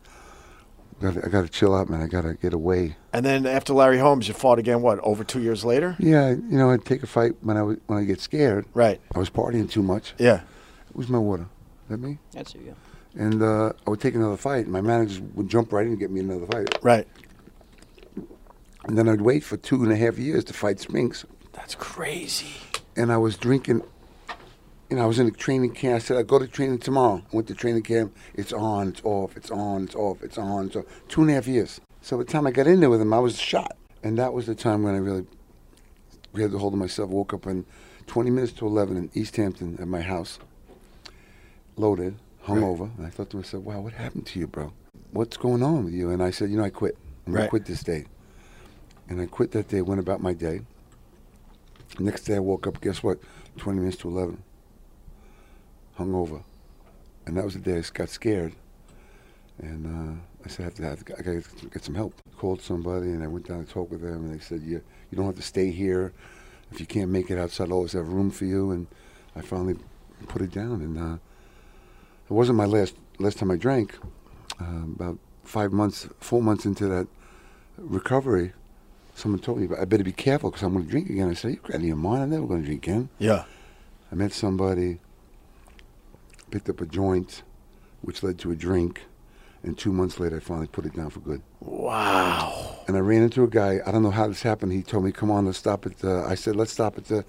gotta- I got to chill out, man. I got to get away. And then after Larry Holmes, you fought again. What over two years later? Yeah, you know, I'd take a fight when I was, when I get scared. Right. I was partying too much. Yeah. Where's my water? Is that me? That's you. And uh, I would take another fight, and my manager would jump right in and get me another fight. Right. And then I'd wait for two and a half years to fight Spinks. That's crazy. and I was drinking. You know, I was in the training camp. I said, I go to training tomorrow. I went to training camp. It's on, it's off, it's on, it's off, it's on. So two and a half years. So by the time I got in there with him, I was shot. And that was the time when I really grabbed a hold of myself. Woke up in 20 minutes to 11 in East Hampton at my house, loaded, hungover. And I thought to myself, wow, what happened to you, bro? What's going on with you? And I said, you know, I quit. I'm going Right. to quit this day. And I quit that day, went about my day. Next day I woke up, guess what? 20 minutes to 11. Hungover. And that was the day I s- got scared. And uh, I said, I, have to, I, have to- I gotta get some- get some help. Called somebody and I went down and talked with them and they said, you, you don't have to stay here. If you can't make it outside, I'll always have room for you. And I finally put it down. And uh, it wasn't my last, last time I drank. Uh, about five months, four months into that recovery, someone told me, I better be careful because I'm going to drink again. I said, you out of your mind. I'm never going to drink again. Yeah. I met somebody, picked up a joint, which led to a drink, and two months later, I finally put it down for good. Wow. And I ran into a guy. I don't know how this happened. He told me, "Come on, let's stop at the." I said, "Let's stop at the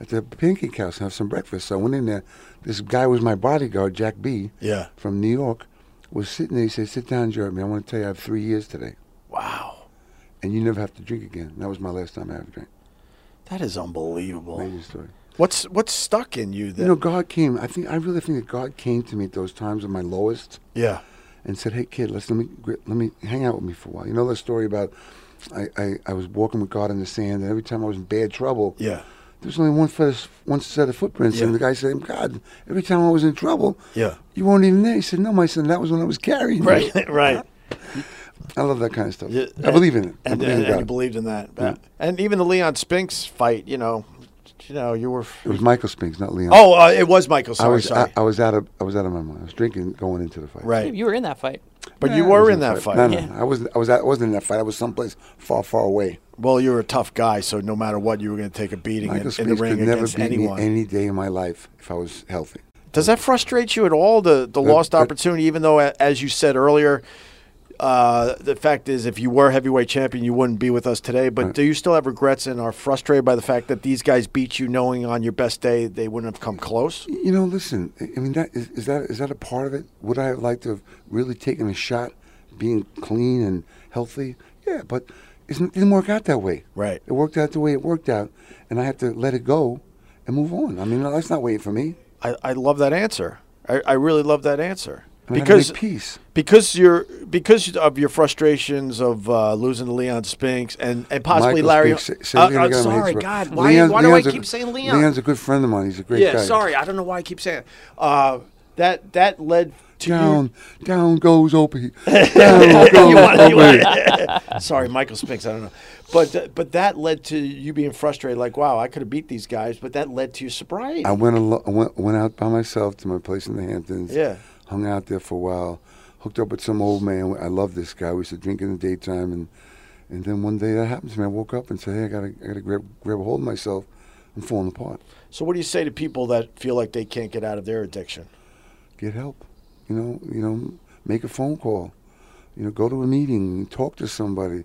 at the pancake house and have some breakfast." So I went in there. This guy was my bodyguard, Jack B. Yeah. from New York, was sitting there. He said, "Sit down, Jeremy. I want to tell you, I have three years today, Wow. and you never have to drink again." And that was my last time I ever drank. That is unbelievable. Amazing story. What's what's stuck in you You then? know, God came. I think I really think that God came to me at those times of my lowest. yeah. and said, "Hey, kid, let's let me gri- let me hang out with me for a while." You know that story about I, I, I was walking with God in the sand, and every time I was in bad trouble, Yeah. there was only one foot, one set of footprints, Yeah. and the guy said, "God, every time I was in trouble, (laughs) Yeah. you weren't even there." He said, "No, my son, that was when I was carrying." you." Right. right. I love that kind of stuff. Yeah, I believe in it. I And, believe and, in God. you believed in that. And even the Leon Spinks fight, you know, you know, you were. it was Michael Spinks, not Leon. Oh, uh, it was Michael. Sorry. I was sorry. I, I was out of I was out of my mind. I was drinking going into the fight. right. You were in that fight. but you I were was in that fight. No, no, Yeah. no. I wasn't. I was. I wasn't in that fight. I was someplace far, far away. Well, you were a tough guy, so no matter what, you were going to take a beating in, Michael in the Spinks ring could never against beat me anyone. any day in my life if I was healthy. Does that frustrate you at all? The the lost that- opportunity, even though, a- as you said earlier, uh, the fact is, if you were heavyweight champion, you wouldn't be with us today. But do you still have regrets and are frustrated by the fact that these guys beat you, knowing on your best day they wouldn't have come close? You know, listen. I I mean, that is, is that is that a part of it? Would I have liked to have really taken a shot, being clean and healthy? Yeah, but it's- it didn't work out that way. Right. It worked out the way it worked out, and I had to let it go and move on. I mean, no, that's not waiting for me. I, I love that answer. I, I really love that answer I mean, I had to because make peace. because you're because of your frustrations of uh, losing to Leon Spinks and, and possibly Michael Larry. Spinks, say- say Uh, Leon uh, again, my sorry, hate's- God, why, Leon's- why do I Leon's a- keep saying Leon? Leon's a good friend of mine. He's a great yeah, guy. sorry, I don't know why I keep saying. That. Uh, that that led (laughs) down, down goes Opie. Down goes (laughs) Opie. Sorry, Michael Spinks. I don't know, but th- but that led to you being frustrated. Like, wow, I could have beat these guys, but that led to your sobriety. I went, alo- I went went out by myself to my place in the Hamptons. Yeah. Hung out there for a while. Hooked up with some old man. I love this guy. We used to drink in the daytime, and and then one day that happened to me. I woke up and said, "Hey, I gotta, I gotta grab, grab a hold of myself. I'm falling apart. so, what do you say to people that feel like they can't get out of their addiction? Get help. You know, you know, make a phone call. You know, go to a meeting. Talk to somebody.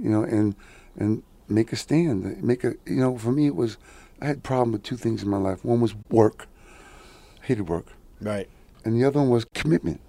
You know, and and make a stand. Make a, you know, for me it was, I had problem with two things in my life. One was work. Hated work. Right. and the other one was (laughs) commitment.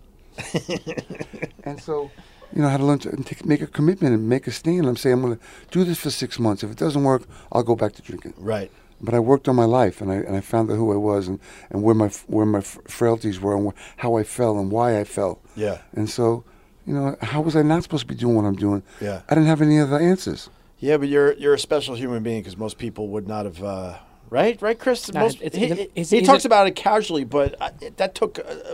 and so, you know, I had to learn to take- make a commitment and make a stand. I'm saying I'm going to do this for six months. If it doesn't work, I'll go back to drinking. Right. But I worked on my life, and I and I found out who I was, and, and where my where my frailties were, and wh- how I fell, and why I fell. Yeah. And so, you know, how was I not supposed to be doing what I'm doing? Yeah. I didn't have any other answers. Yeah, but you're you're a special human being because most people would not have. Uh, right, right, Chris. No, most, it's- he it's- he- it's- he it's- talks about it casually, but I, that took uh,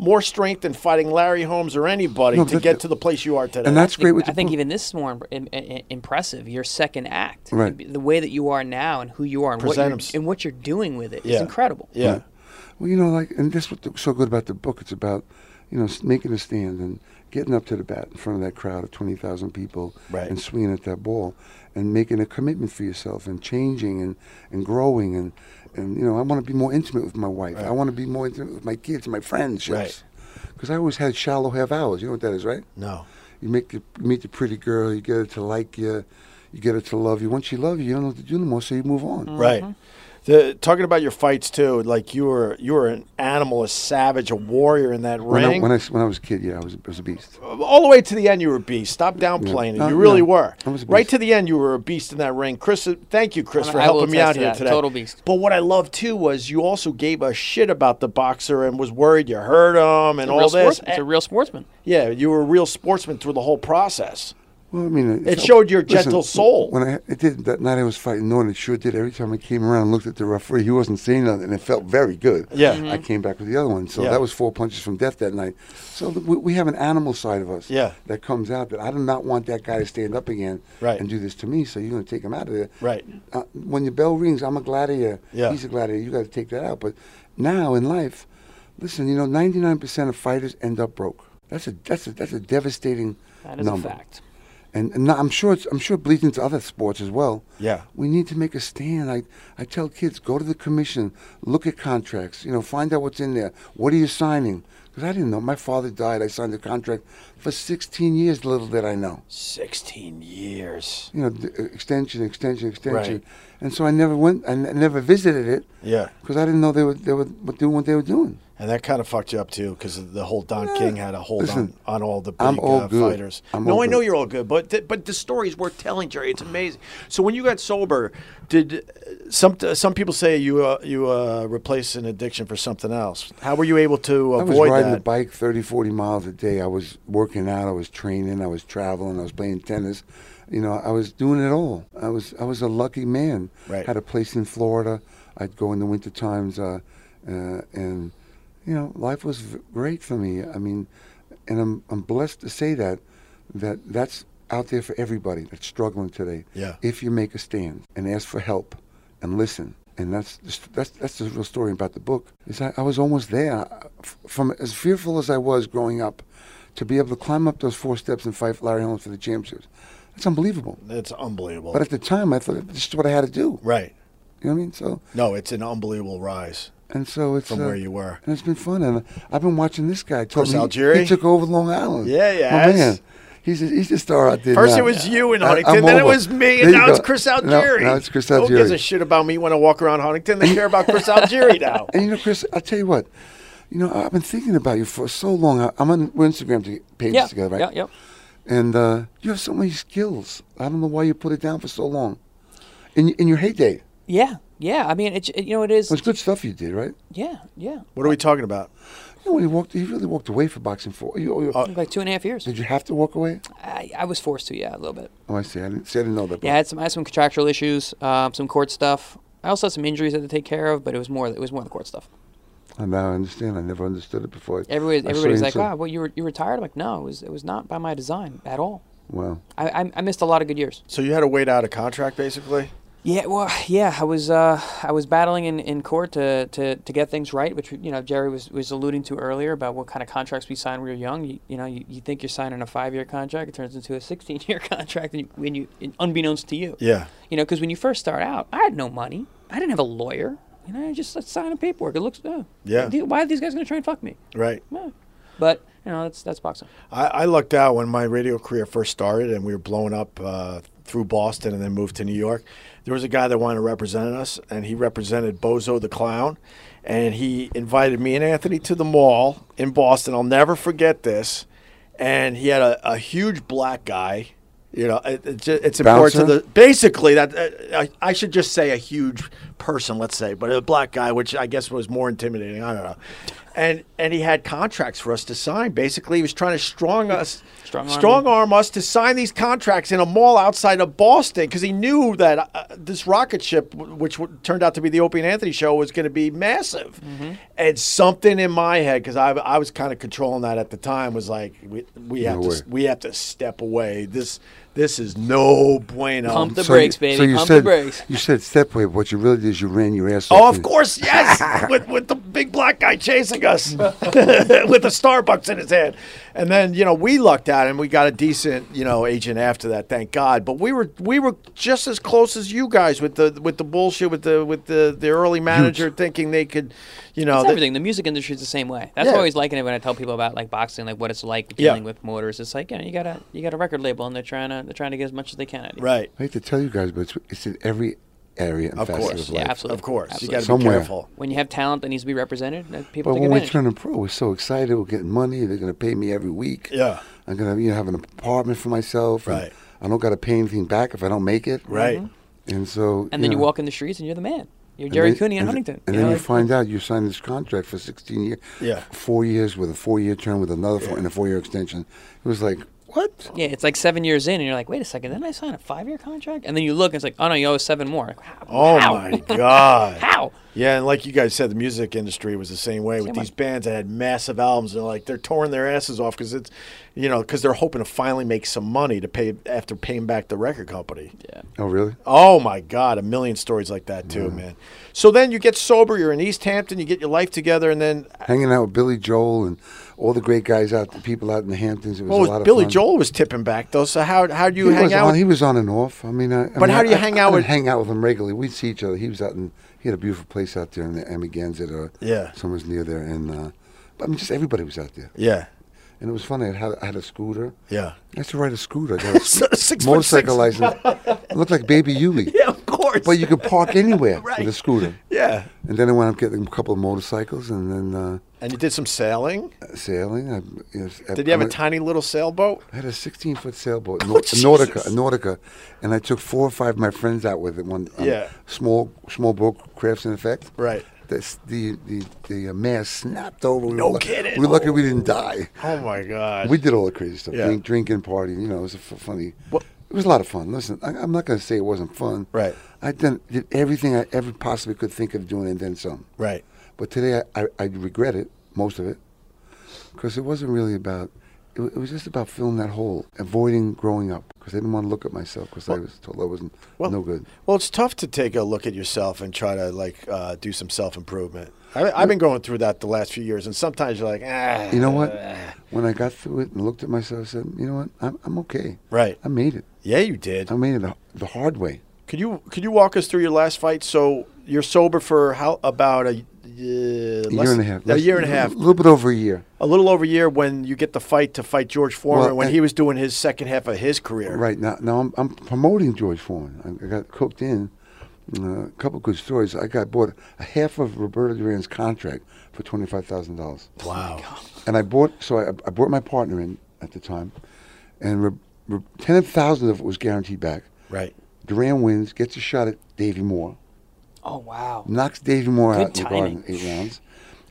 more strength than fighting Larry Holmes or anybody No, to but- get to the place you are today. And that's great. With I the think book. even this is more im- i- i- impressive. Your second act, Right. the, the way that you are now and who you are and what, Present you're, him- and what you're doing with it is Yeah. incredible. yeah. Well, you know, like, and that's what's so good about the book. It's about, you know, s- making a stand and getting up to the bat in front of that crowd of 20,000 people Right. and swinging at that ball and making a commitment for yourself and changing and, and growing. And, and, you know, I want to be more intimate with my wife. I want to be more intimate with my kids, my friendships. Because I always had shallow half hours. You know what that is, right? No. You make the, you meet the pretty girl, you get her to like you, you get her to love you. Once she loves you, you don't know what to do anymore, so you move on. Mm-hmm. Right. The, talking about your fights too, like you were you were an animal, a savage, a warrior in that When I, ring. when, I, s- when I was a kid, yeah, I was, I was a beast. All the way to the end, you were a beast. Stop downplaying Uh, it. You really yeah. were. I was a Right beast. to the end, you were a beast in that ring. Chris, uh, thank you, Chris, I'm- for I will helping me attest out to here that. today. Total beast. But what I love too was you also gave a shit about the boxer and was worried you hurt him and A all real this. sports, it's a real sportsman. yeah, you were a real sportsman through the whole process. Well, I mean, uh, It showed your gentle soul. When I it did that night, I was fighting Norton. It sure did. Every time I came around and looked at the referee, he wasn't saying nothing, and it felt very good. Yeah. Mhm. I came back with the other one. So Yeah. that was four punches from death that night. So th- we, we have an animal side of us. Yeah. that comes out that I do not want that guy to stand up again. Right. and do this to me. So you're going to take him out of there. Right. Uh, when your bell rings, I'm a gladiator. Yeah. he's a gladiator. You got to take that out. But now in life, listen, you know, 99% of fighters end up broke. That's a that's a that's a devastating That is number a fact. and, and I'm sure it's I'm sure it bleeds into other sports as well. Yeah. we need to make a stand. I I tell kids go to the commission, look at contracts, you know, find out what's in there. What are you signing? Because I didn't know. My father died. I signed a contract for 16 years. Little did I know. 16 years. You know, d- uh, extension, extension, extension, Right. and so I never went. I n- never visited it Yeah. because I didn't know they were they were doing what they were doing. And that kind of fucked you up too, because the whole Don King had a hold (laughs) listen, on, on all the big I'm all uh, good. fighters. I'm no, all I know good. you're all good, but th- but the story's worth telling, Jerry. It's amazing. So when you got sober, did uh, some some people say you uh, you uh, replaced an addiction for something else? How were you able to I avoid was riding that? the bike 30, 40 miles a day. I was working out. I was training. I was traveling. I was playing tennis. You know, I was doing it all. I was I was a lucky man. Right. Had a place in Florida. I'd go in the winter times, uh, uh, and you know, life was v- great for me. I mean, and I'm I'm blessed to say that that that's out there for everybody that's struggling today. Yeah. If you make a stand and ask for help and listen, and that's the- that's that's the real story about the book. Is I, I was almost there, F- from as fearful as I was growing up, to be able to climb up those four steps and fight Larry Holmes for the championships. That's unbelievable. That's unbelievable. But at the time, I thought this is what I had to do. right? You know what I mean? So No, it's an unbelievable rise. and so it's uh, From where you were. and it's been fun. And I've been watching this guy. Told Chris me he- Algieri? He took over Long Island. Yeah, he My has. man. He's a, he's a star out there. First now. it was you in I- Huntington, I'm then it over. was me, There and you now it's go. Chris No, Algieri. Now, it's Chris Who gives a Algieri. shit about me when I walk around Huntington? They care about Chris (laughs) Algieri now. And you know, Chris, I'll tell you what. You know, I've been thinking about you for so long. I- I'm on we're Instagram to- pages Yeah, together, right? yeah, yeah. And uh, you have so many skills. I don't know why you put it down for so long. In in your heyday, Yeah, yeah. I mean, it's it, you know, it it is. was good stuff you did, right? Yeah, yeah. What are we talking about? You know, when he walked, he really walked away for boxing. For you, you- Uh, Like two and a half years. did you have to walk away? I, I was forced to, yeah, a little bit. Oh, I see. I didn't, see, I didn't know that. Yeah, I had some I had some contractual issues, um, some court stuff. I also had some injuries I had to take care of, but it was more it was more the court stuff. And now I understand. I never understood it before. Everybody, I saw everybody's you like, and "Wow, said, well, you were you retired?" I'm like, "No, it was it was not by my design at all. Wow. I I, I missed a lot of good years." So you had to wait out a contract, basically. Yeah, well, yeah, I was uh, I was battling in, in court to, to, to get things right, which you know Jerry was, was alluding to earlier about what kind of contracts we signed when we were young. You, you know, you, you think you're signing a five year contract, it turns into a (laughs) sixteen year contract, and you, when you unbeknownst to you, Yeah. you know, because when you first start out, I had no money, I didn't have a lawyer, you know, I just let's sign a paperwork. It looks, uh, Yeah. the- Why are these guys gonna try and fuck me? Right. Uh, But you know, that's that's boxing. I, I lucked out when my radio career first started and we were blowing up uh, through Boston and then moved to New York. There was a guy that wanted to represent us, and he represented Bozo the Clown. And he invited me and Anthony to the mall in Boston. I'll never forget this. And he had a, a huge black guy. You know, it, it's ju- it's important to Bouncer? the basically that uh, I, I should just say a huge person, let's say, but a black guy, which I guess was more intimidating. I don't know. And and he had contracts for us to sign. Basically, he was trying to strong us, Strong arm strong you. arm us to sign these contracts in a mall outside of Boston because he knew that uh, this rocket ship, w- which w- turned out to be the Opie and Anthony show, was going to be massive. Mm-hmm. And something in my head, because I, I was kind of controlling that at the time, was like, we, we have to way. s- we have to step away. This this is no bueno. Pump the you- brakes, baby. So you Pump the said brakes. you said step away. but What you really did is you ran your ass. Oh, off (laughs) of and- course, yes, with with the big black guy chasing us (laughs) with the Starbucks in his hand, and then you know we lucked out and we got a decent you know agent after that, thank God. But we were we were just as close as you guys with the with the bullshit with the with the the early manager thinking they could, you know, It's that- everything. The music industry is the same way. That's Yeah. why I always liking it when I tell people about like boxing, like what it's like Yeah. dealing with promoters. It's like you know, you got a you got a record label, and they're trying to they're trying to get as much as they can. Out of you. right? I hate to tell you guys, but it's, it's in every area and Of facet course. of Yeah, life. absolutely. Of course, absolutely. you got to be Somewhere. careful. when you have talent that needs to be represented, uh, people But take when we advantage. turn a pro, we're so excited. We're getting money. They're going to pay me every week. Yeah. I'm going to you know, have an apartment for myself. and Right. I don't got to pay anything back if I don't make it. Right. And so. Mm-hmm. and then you know, walk in the streets, and you're the man. You're and Jerry then- Cooney in and- Huntington. And you then know, you like- find out you signed this contract for 16 years. Yeah. Four years with a four year term with another four, and a four year extension. It was like, what? yeah, it's like seven years in, and you're like, wait a second, didn't I sign a five year contract? And then you look, and it's like, oh no, you owe us seven more. Like, how? Oh how? my God. (laughs) How? Yeah, and like you guys said, the music industry was the same way with Same way. these bands that had massive albums. They're like they're touring their asses off because it's, you know, because they're hoping to finally make some money to pay after paying back the record company. Oh, really? Oh my God, a million stories like that Mm. too, man. So then you get sober, you're in East Hampton, you get your life together, and then Hanging out with Billy Joel and all the great guys out, the people out in the Hamptons. It was well, a lot of Billy fun. Joel Oh, was tipping back though. So how how do you he hang was out? On, with- he was on and off. I mean, I, I mean, how do you I- hang I out didn't with- Hang out with him regularly. We'd see each other. He was out in. He had a beautiful place out there in the Amagansett or Yeah. somewhere's near there, and uh, I mean, just everybody was out there, yeah, and it was funny. I had, I had a scooter. yeah. (laughs) I used to ride a scooter. I got a sc- Six foot motorcycle six. license. It looked like (laughs) Baby Yuli, Yeah, of course. but you could park anywhere Right. with a scooter. yeah, And then I wound up getting a couple of motorcycles, and then and you did some sailing. uh, sailing. I, you know, I- Did you have I a went- tiny little sailboat? I had a 16 foot sailboat, Oh, Nau- a Nautica, a Jesus. Nautica, and I took four or five of my friends out with it. One, um, Yeah. small, small boat crafts in effect. Right. This, the the the uh, mast snapped over. We No were, lu- kidding. We were lucky we didn't die. Oh my God. We did all the crazy stuff. Yeah. Drink, drinking, party. You know, it was a f- funny. What- It was a lot of fun. Listen, I, I'm not going to say it wasn't fun. Right. I done did everything I ever possibly could think of doing, and then some. right. But today I, I, I regret it, most of it, because it wasn't really about, it, wa- it was just about filling that hole, avoiding growing up, because I didn't want to look at myself because I was told I wasn't Well- no good. Well, it's tough to take a look at yourself and try to like uh, do some self improvement. I've been going through that the last few years, and sometimes you're like, ah, You know (sighs) what? When I got through it and looked at myself, I said, you know what? I'm, I'm okay. right? I made it. Yeah, you did. I made it the, the hard way. Could you could you walk us through your last fight? So you're sober for how about a, uh, A year and a half. a year and a half, A little bit over a year. a little over a year when you get the fight to fight George Foreman Well, when and- he was doing his second half of his career. Right now, now I'm, I'm promoting George Foreman. I, I got cooked in. Uh, a couple good stories. I got bought a half of Roberto Duran's contract for twenty five thousand dollars. Wow. and I bought so I, I brought my partner in at the time, and re, re, ten thousand of it was guaranteed back. Right. Duran wins, gets a shot at Davy Moore, Oh wow. knocks Davy Moore Good out in the garden timing. eight rounds,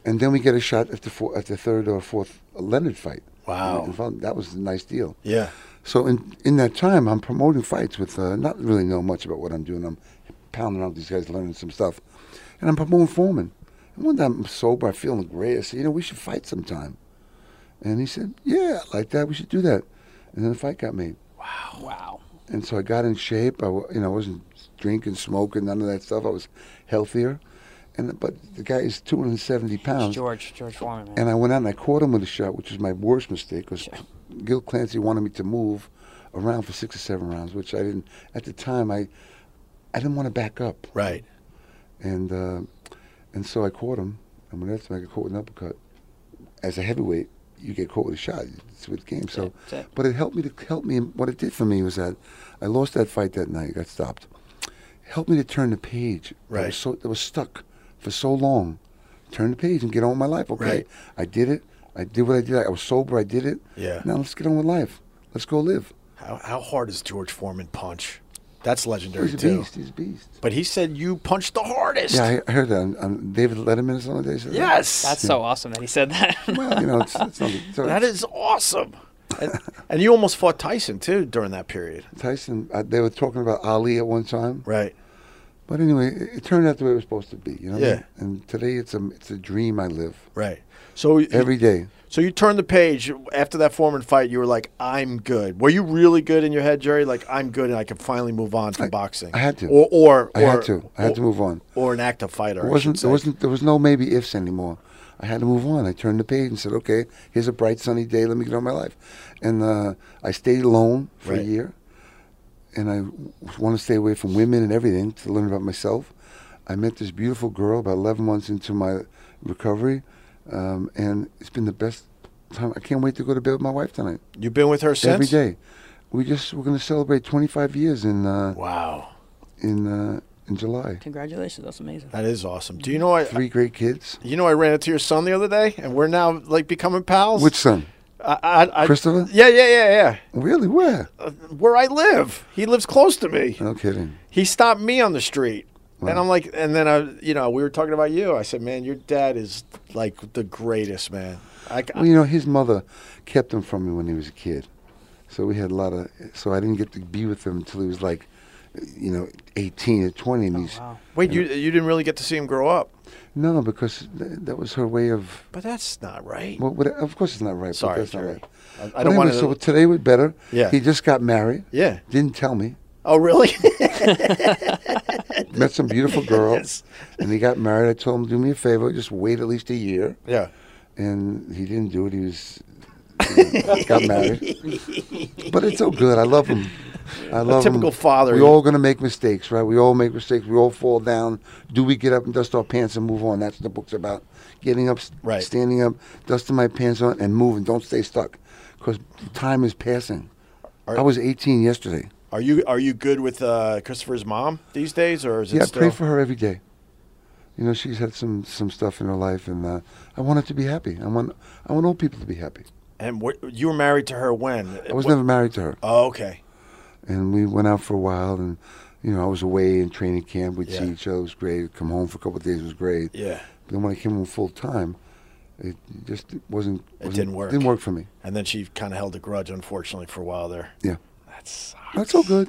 and then we get a shot at the four, at the third or fourth Leonard fight. Wow. And I found that was a nice deal. Yeah. So in in that time, I'm promoting fights with uh, not really know much about what I'm doing. I'm pounding out these guys, learning some stuff, and I'm promoting Foreman. one time I'm sober, I'm feeling great. I said, you know, we should fight sometime. And he said, yeah, I like that, we should do that. And then the fight got made. Wow. And so I got in shape. I, wa- you know, I wasn't drinking, smoking, none of that stuff. I was healthier. And but the guy is 270 It's pounds. George, George Foreman, man. And I went out and I caught him with a shot, which was my worst mistake because Gil Clancy wanted me to move around for six or seven rounds, which I didn't. At the time, I I didn't want to back up, Right. and uh, and so I caught him. And when after I got caught with an uppercut, as a heavyweight, you get caught with a shot. It's with the game. So, That's it. but it helped me to help me. What it did for me was that I lost that fight that night. I got stopped. It helped me to turn the page. that Right. was so that was stuck for so long. Turn the page and get on with my life. Okay. Right. I did it. I did what I did. I was sober. I did it. Yeah. Now let's get on with life. Let's go live. How, how hard is George Foreman punch? That's legendary He's a too. beast. He's a beast. But he said you punched the hardest. Yeah, I- I heard that on, on David Letterman or something. They said that. yes. That's so awesome that he said that. (laughs) Well, you know, it's, it's not, so that is awesome. (laughs) And, and you almost fought Tyson too during that period. Tyson. Uh, they were talking about Ali at one time. Right. But anyway, it, it turned out the way it was supposed to be, you know. what I Yeah. mean? And today it's a it's a dream I live Right. So every day. So you turned the page after that Foreman fight. You were like, "I'm good." Were you really good in your head, Jerry? Like, "I'm good, and I can finally move on from boxing." I had to. Or, or, I had or- to. I had to move on. Or an active fighter. There I wasn't should there say. wasn't there was no maybe ifs anymore. I had to move on. I turned the page and said, "Okay, here's a bright sunny day. Let me get on with my life." And uh, I stayed alone for a Right. year, and I want to stay away from women and everything to learn about myself. I met this beautiful girl about 11 months into my recovery, um, and it's been the best time. I can't wait to go to bed with my wife tonight. You've been with her since. Every day. We just we're going to celebrate 25 years in uh, Wow, in uh, in July. Congratulations, that's amazing. that is awesome. Do you know I? Three great kids. You know I ran into your son the other day, and we're now like becoming pals. Which son? I, I, I, Christopher? Yeah, yeah, yeah, Really? Where? yeah. Where I live, he lives close to me. No kidding. he stopped me on the street. And I'm like, and then I, you know, we were talking about you. I said, man, your dad is like the greatest, man. I, Well, you know, his mother kept him from me when he was a kid, so we had a lot of. So I didn't get to be with him until he was like, you know, eighteen or twenty. Oh, And he's Wow. wait, you you didn't really get to see him grow up, no, because th- that was her way of. but that's not right. Well, what, of course, it's not right. Sorry, but that's Jerry. not right. I- I But don't want anyway, So to. today we're better. Yeah. He just got married. (laughs) Yeah. Didn't (laughs) tell me. Oh, really? Met (laughs) some beautiful girls, and he got married. I told him, do me a favor, just wait at least a year. yeah. and he didn't do it. He was got married, but it's so good. I love him. I love typical him. father. We're all gonna make mistakes, right? We all make mistakes. We all fall down. Do we get up and dust our pants and move on? That's what the book's about. Getting up, s- Right. standing up, dusting my pants on, and moving. Don't stay stuck, because time is passing. I was 18 yesterday. Are you are you good with uh, Christopher's mom these days, or is it Yeah, I still? pray for her every day. You know, she's had some some stuff in her life, and uh, I want her to be happy. I want I want all people to be happy. and what, you were married to her when? I was What- never married to her. Oh, okay. and we went out for a while and you know i was away in training camp we'd see Yeah. each other it was great come home for a couple of days it was great Yeah. but then when i came home full time it just wasn't, wasn't didn't work. didn't work for me And then she kind of held a grudge, unfortunately, for a while there. yeah That's that's all good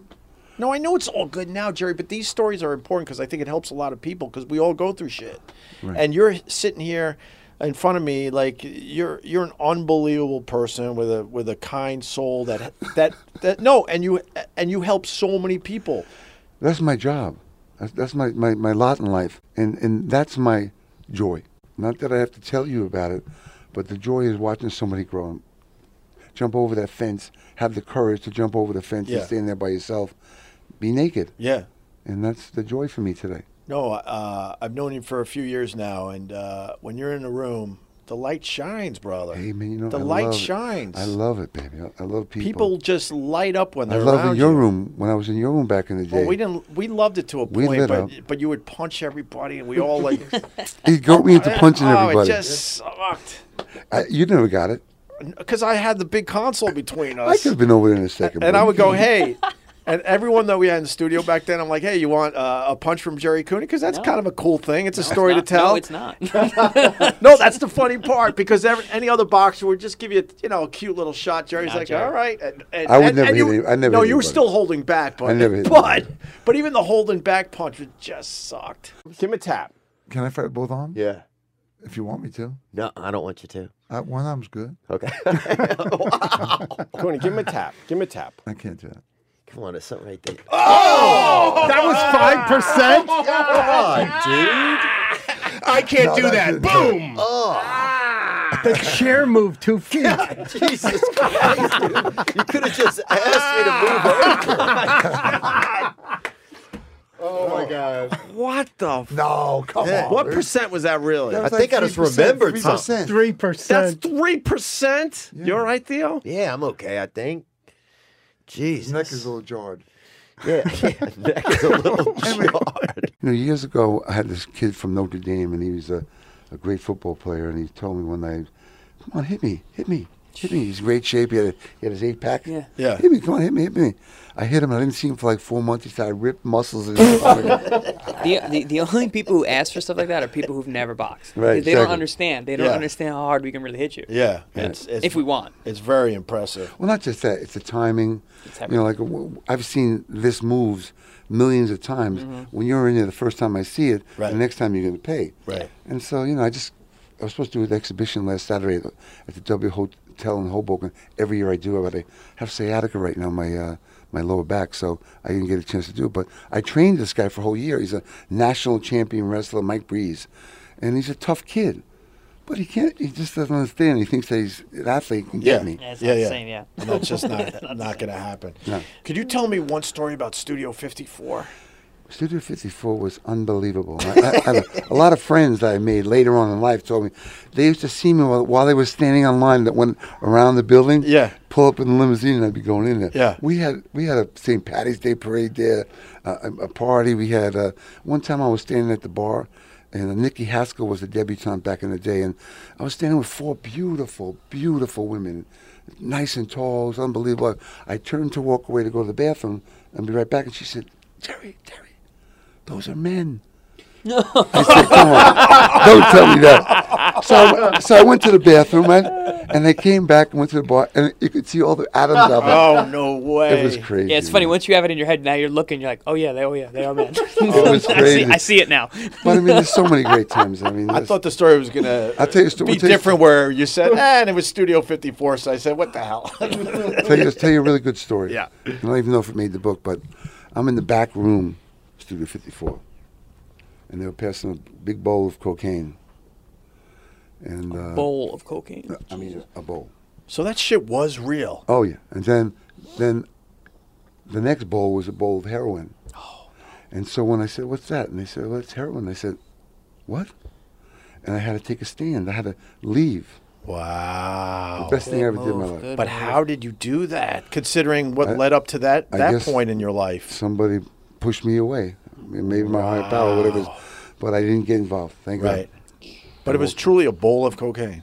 No, I know it's all good now, Jerry, but these stories are important because I think it helps a lot of people because we all go through shit. And you're sitting here in front of me like you're you're an unbelievable person with a with a kind soul that that that no, and you and you help so many people. that's my job that's, that's my, my, my lot in life and and that's my joy not that i have to tell you about it but the joy is watching somebody grow and jump over that fence have the courage to jump over the fence Yeah. and stand there by yourself be naked Yeah. and that's the joy for me today No, uh, I've known you for a few years now, and uh, when you're in a room, the light shines, brother. Hey man, you know the I light love it. shines. I love it, baby. I, I love people. people. just light up when I they're love around in your you. room when I was in your room back in the day. Well, we didn't. We loved it to a We point, lit but up. but you would punch everybody, and we all (laughs) like. He got me into punching oh, everybody. it just sucked. I, you never got it. Because I had the big console between I us, could have been over there in a second. and but I you (laughs) would go, couldn't. "Hey," and everyone that we had in the studio back then, I'm like, "Hey, you want uh, a punch from Jerry Cooney? Because that's No. kind of a cool thing. It's a story Not- to tell. No, it's not. No, that's the funny part because every, any other boxer would just give you, you know, a cute little shot. Jerry's Not like, Jerry. all right. And, and- I would and- never and hit you- any- I never No, hit you were anybody. still holding back, but never hit but, anybody. but even the holding back punch would just sucked. Give him a tap. Can I fight with both arms? Yeah. If you want me to, No, I don't want you to. I, one arm's good. (laughs) Okay. wow. Cooney, give him a tap. Give him a tap. I can't do that. Come on, there's something right there. That was (laughs) five percent. God, dude. I can't No, do that that. didn't hurt. Boom. The chair moved two feet. (laughs) Jesus Christ, dude. You could have just asked me to move over. Oh my God! What the? F- No, come on. what percent was that really? I think I just remembered something. Three percent. That's three percent. You're right, Theo. Yeah, I'm okay, I think. Jesus. His neck is a little jarred. yeah, (laughs) yeah, neck is (laughs) a little short. You know, years ago, I had this kid from Notre Dame, and he was a, a great football player. And he told me one night, "Come on, hit me, hit me, hit me." He's in great shape. He had, a, he had his eight pack. Yeah. Yeah. Hit me, come on, hit me, hit me. I hit him, and I didn't see him for like four months. He started ripped muscles. In his stomach. The, the, the only people who ask for stuff like that are people who've never boxed. Right, They, they exactly. don't understand. They don't Yeah. understand how hard we can really hit you. Yeah, it's, it's If we want. it's very impressive. well, not just that; it's the timing. you know, like w- w- I've seen this moves millions of times. When you're in there the first time I see it, Mm-hmm. Right. the next time you're going to pay. Right. And so, you know, I just I was supposed to do an exhibition last Saturday at the- at the W Hotel in Hoboken. Every year I do it, but I have sciatica right now, my uh, my lower back, so I didn't get a chance to do it. But I trained this guy for a whole year. He's a national champion wrestler, Mike Breeze, and he's a tough kid. But he can't. He just doesn't understand. He thinks that he's an athlete can Yeah. get me. Yeah, it's Yeah, not the yeah. same, yeah. And that's just not not going to happen. No. Could you tell me one story about Studio (laughs) 54? Studio 54 was unbelievable. I, I, I had a, a lot of friends that I made later on in life told me they used to see me while, while they were standing on line that went around the building. Yeah. Pull up in the limousine and I'd be going in there. Yeah. We had we had a St. Patty's Day parade there, uh, a, a party. We had uh, one time I was standing at the bar. And uh, Nikki Haskell was a debutante back in the day, and I was standing with four beautiful, beautiful women, nice and tall. It was unbelievable. I turned to walk away to go to the bathroom and be right back, and she said, "Terry, Terry, those are men. I said, come on, don't tell me that. So, I- so I went to the bathroom, right? And I came back and went to the bar, and you could see all the atoms of it. Oh no way! It was crazy. Yeah, it's funny. man. Once you have it in your head, now you're looking. You're like, oh yeah, they, oh yeah, they are (laughs) men. was (laughs) I, see, Oh, crazy. I see it now. But I mean, there's so many great times. I mean, I thought the story was going (laughs) to I'll tell you a sto- be I'll tell you a sto- different where you (laughs) said, "Ah," and it was Studio 54, so I said, what the hell? (laughs) tell you tell you a really good story. Yeah. I don't even know if it made the book, but I'm in the back room, Studio 54, and they were passing a big bowl of cocaine. And uh, Bowl of cocaine. I mean, a bowl. so that shit was real. Oh yeah, and then then the next bowl was a bowl of heroin. Oh. And so when I said, "What's that?" and they said, "Well, it's heroin," I said, "What?" And I had to take a stand. I had to leave. Wow. Best thing I ever did in my life. But how did you do that, considering what led up to that, I that guess- point in your life? Somebody pushed me away. I mean, Maybe my higher power, whatever. It is. But I didn't get involved. Thank Right. God. But it was truly a bowl of cocaine.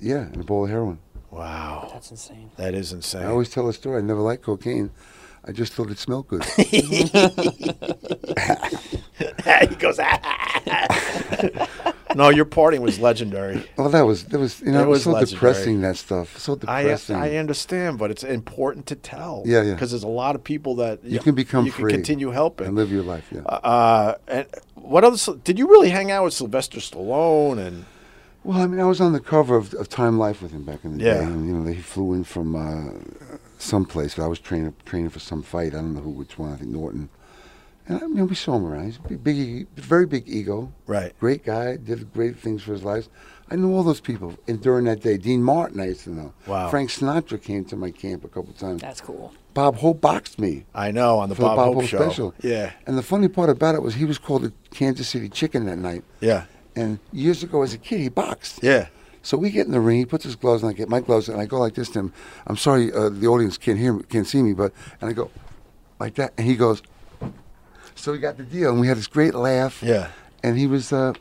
Yeah, and a bowl of heroin. Wow. That's insane. That is insane. I always tell a story. I never liked cocaine. I just thought it (laughs) smelled good. (laughs) he goes, "Ah, (laughs) no, your parting was legendary. well, Oh, that was that was you know It it was was so legendary. depressing that stuff. So I, depressing. I understand, but it's important to tell. Yeah, yeah. Because there's a lot of people that you can become you free. Can continue helping. and live your life. Yeah. Uh, and what else? Did you really hang out with Sylvester Stallone? And Well, I mean, I was on the cover of, of Time Life with him back in the Yeah. day. And, you know, he flew in from uh, someplace, but I was training training for some fight. I don't know who, which one. I think Norton. And I mean, we saw him around. He's a big, big very big ego. Right. Great guy. Did great things for his life. I knew all those people. And during that day, Dean Martin, I used to know. Wow. Frank Sinatra came to my camp a couple times. That's cool. Bob Hope boxed me I know on the for the Bob, Bob Hope, Hope show. special. Yeah, And the funny part about it was he was called the Kansas City Chicken that night. yeah, And years ago, as a kid, he boxed. yeah. So we get in the ring. He puts his gloves on. I get my gloves, and I go like this to him. I'm sorry, uh, the audience can't hear, me, can't see me, but and I go like that, and he goes. So we got the deal, and we had this great laugh. Yeah. And he was, uh,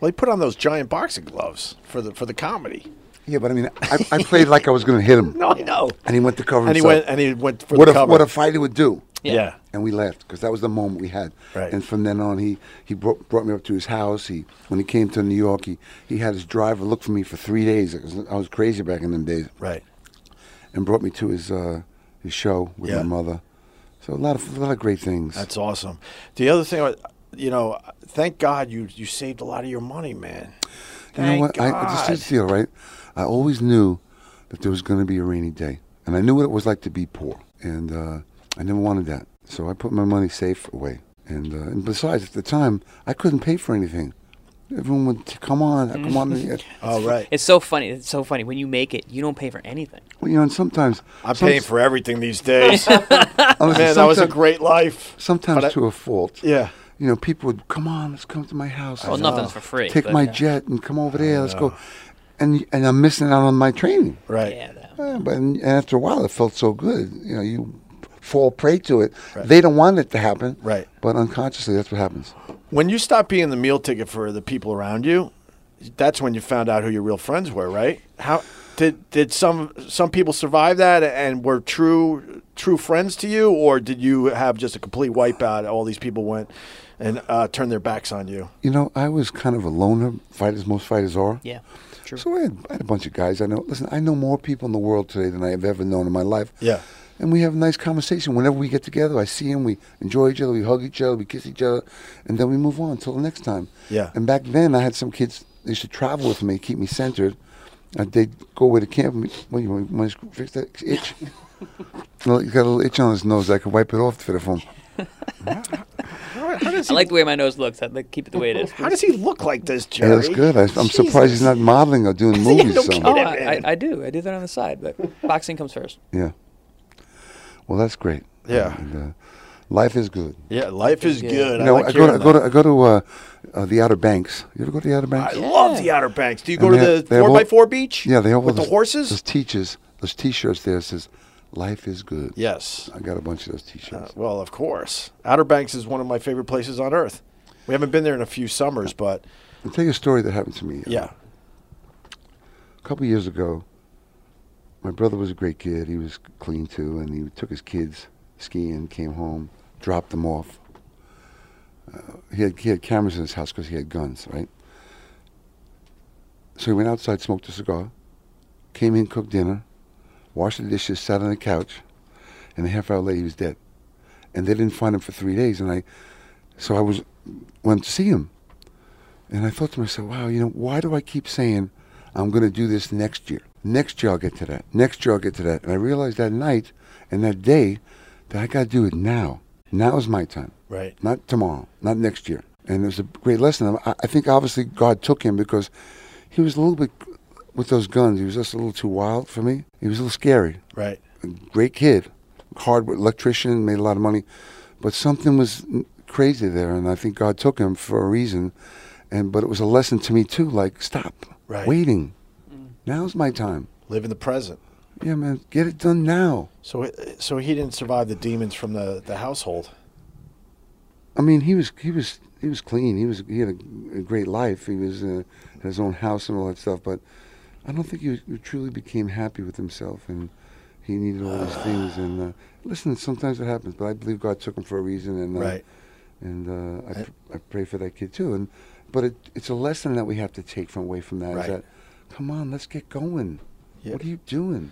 Well, he put on those giant boxing gloves for the for the comedy. yeah, but I mean, I, I played like I was going to hit (laughs) him, No, I know. and he went to cover And he himself. went and he went for what the a cover. what a fight he would do. yeah. and we laughed because that was the moment we had. Right. And from then on, he he brought, brought me up to his house. He when he came to New York, he, he had his driver look for me for three days. 'cause I was crazy back in them days. right. and brought me to his uh, his show with Yeah. my mother. So a lot of a lot of great things. That's awesome. uh, The other thing, was, you know, thank God you you saved a lot of your money, man. You know what? I, this is the deal, right? I always knew that there was going to be a rainy day, and I knew what it was like to be poor, and uh, I never wanted that. So I put my money safe away, and uh, and besides, at the time, I couldn't pay for anything. Everyone would t- come on, (laughs) come on. All right. It's so funny. It's so funny. When you make it, you don't pay for anything. Well, you know, and sometimes I'm some- paying for everything these days. Man, honestly, that was a sometimes- great life. Sometimes but I- to a fault. Yeah. You know, people would come on, let's come to my house. Well, Oh, nothing's for free. Take but- my jet and come over there. Let's go. And and I'm missing out on my training. Right. Yeah, that- Yeah, but and after a while, it felt so good. You know, you fall prey to it. They don't want it to happen. Right. But unconsciously, that's what happens. When you stopped being the meal ticket for the people around you, that's when you found out who your real friends were, right? How did did some some people survive that and were true true friends to you, or did you have just a complete wipeout? All these people went and uh, turned their backs on you. You know, I was kind of a loner, fighters, most fighters are. yeah. True. So I had, I had a bunch of guys I know. Listen, I know more people in the world today than I have ever known in my life. Yeah. And we have a nice conversation whenever we get together. I see him, we enjoy each other, we hug each other, we kiss each other, and then we move on until the next time. Yeah. And back then, I had some kids. They used to travel with me, keep me centered. Uh, they'd go away to camp. and me- What do you want? Want to fix that itch? (laughs) well, he's got a little itch on his nose. I could wipe it off for the phone. I like the way my nose looks. I like keep it the way it (laughs) is. How does he look like this, Yeah, Jerry? that's good. I, I'm surprised he's not modeling (laughs) or doing movies. no or something. Oh, kidding. I, I, I do. I do that on the side, but boxing comes first. Yeah. Well, that's great. Yeah. And, uh, life is good. Yeah, life is Yeah. good. you know, I, like I, go to, I hearing go that. to I go to uh, uh, the Outer Banks. You ever go to the Outer Banks? I love the Outer Banks. Do you go And they- to the they have four all- by four beach? yeah, they have all with the those, horses. Those teachers, those T-shirts there says, "Life is good." yes. I got a bunch of those Uh, T-shirts. well, of course. Outer Banks is one of my favorite places on earth. We haven't been there in a few summers, but I'll tell you a story that happened to me. uh, yeah. a couple years ago, my brother was a great kid. He was clean too, and he took his kids skiing, came home, dropped them off. Uh, he had he had cameras in his house because he had guns, right? So he went outside, smoked a cigar, came in, cooked dinner, washed the dishes, sat on the couch, and a half hour later he was dead. And they didn't find him for three days, and I, so I was went to see him. And I thought to myself, wow, you know, why do I keep saying I'm going to do this next year? Next year I'll get to that. Next year I'll get to that. And I realized that night and that day that I got to do it now. Now is my time, Right. not tomorrow, not next year. And it was a great lesson. I, I think obviously God took him because he was a little bit with those guns. He was just a little too wild for me. He was a little scary Right. great kid, hard work- electrician, made a lot of money, but something was n- crazy there, and I think God took him for a reason. And but it was a lesson to me too. Like stop Right. waiting. Now's my time. Live in the present. Yeah, man, get it done now. So, so he didn't survive the demons from the, the household. I mean, he was he was he was clean. He was he had a, a great life. He was uh, had his own house and all that stuff. But I don't think he, was, he truly became happy with himself, and he needed all (sighs) these things. And uh, listen, sometimes it happens, but I believe God took him for a reason. And uh, Right. And uh, I, pr- I pray for that kid too. And but it, it's a lesson that we have to take from away from that. is Right. that come on, let's get going. Yeah. What are you doing?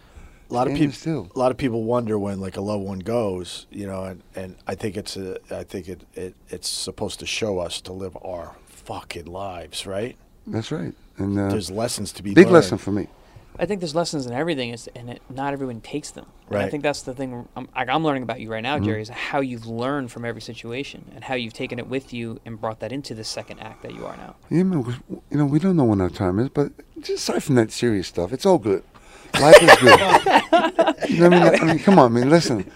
A lot of Standing people, still. a lot of people wonder when like a loved one goes, you know, and, and I think it's a, I think it, it it's supposed to show us to live our fucking lives, right? That's right. And uh, Hmm. There's lessons to be big learned. lesson for me. I think there's lessons in everything, is, and it, not everyone takes them. And I Right. think that's the thing I'm, like, I'm learning about you right now, Jerry, is how you've learned from every situation and how you've taken it with you and brought that into the second act that you are now. Yeah, man. 'cause, You know, we don't know when our time is, but just aside from that serious stuff, it's all good. Life is good. (laughs) You know what I, mean? I mean, come on, man. Listen,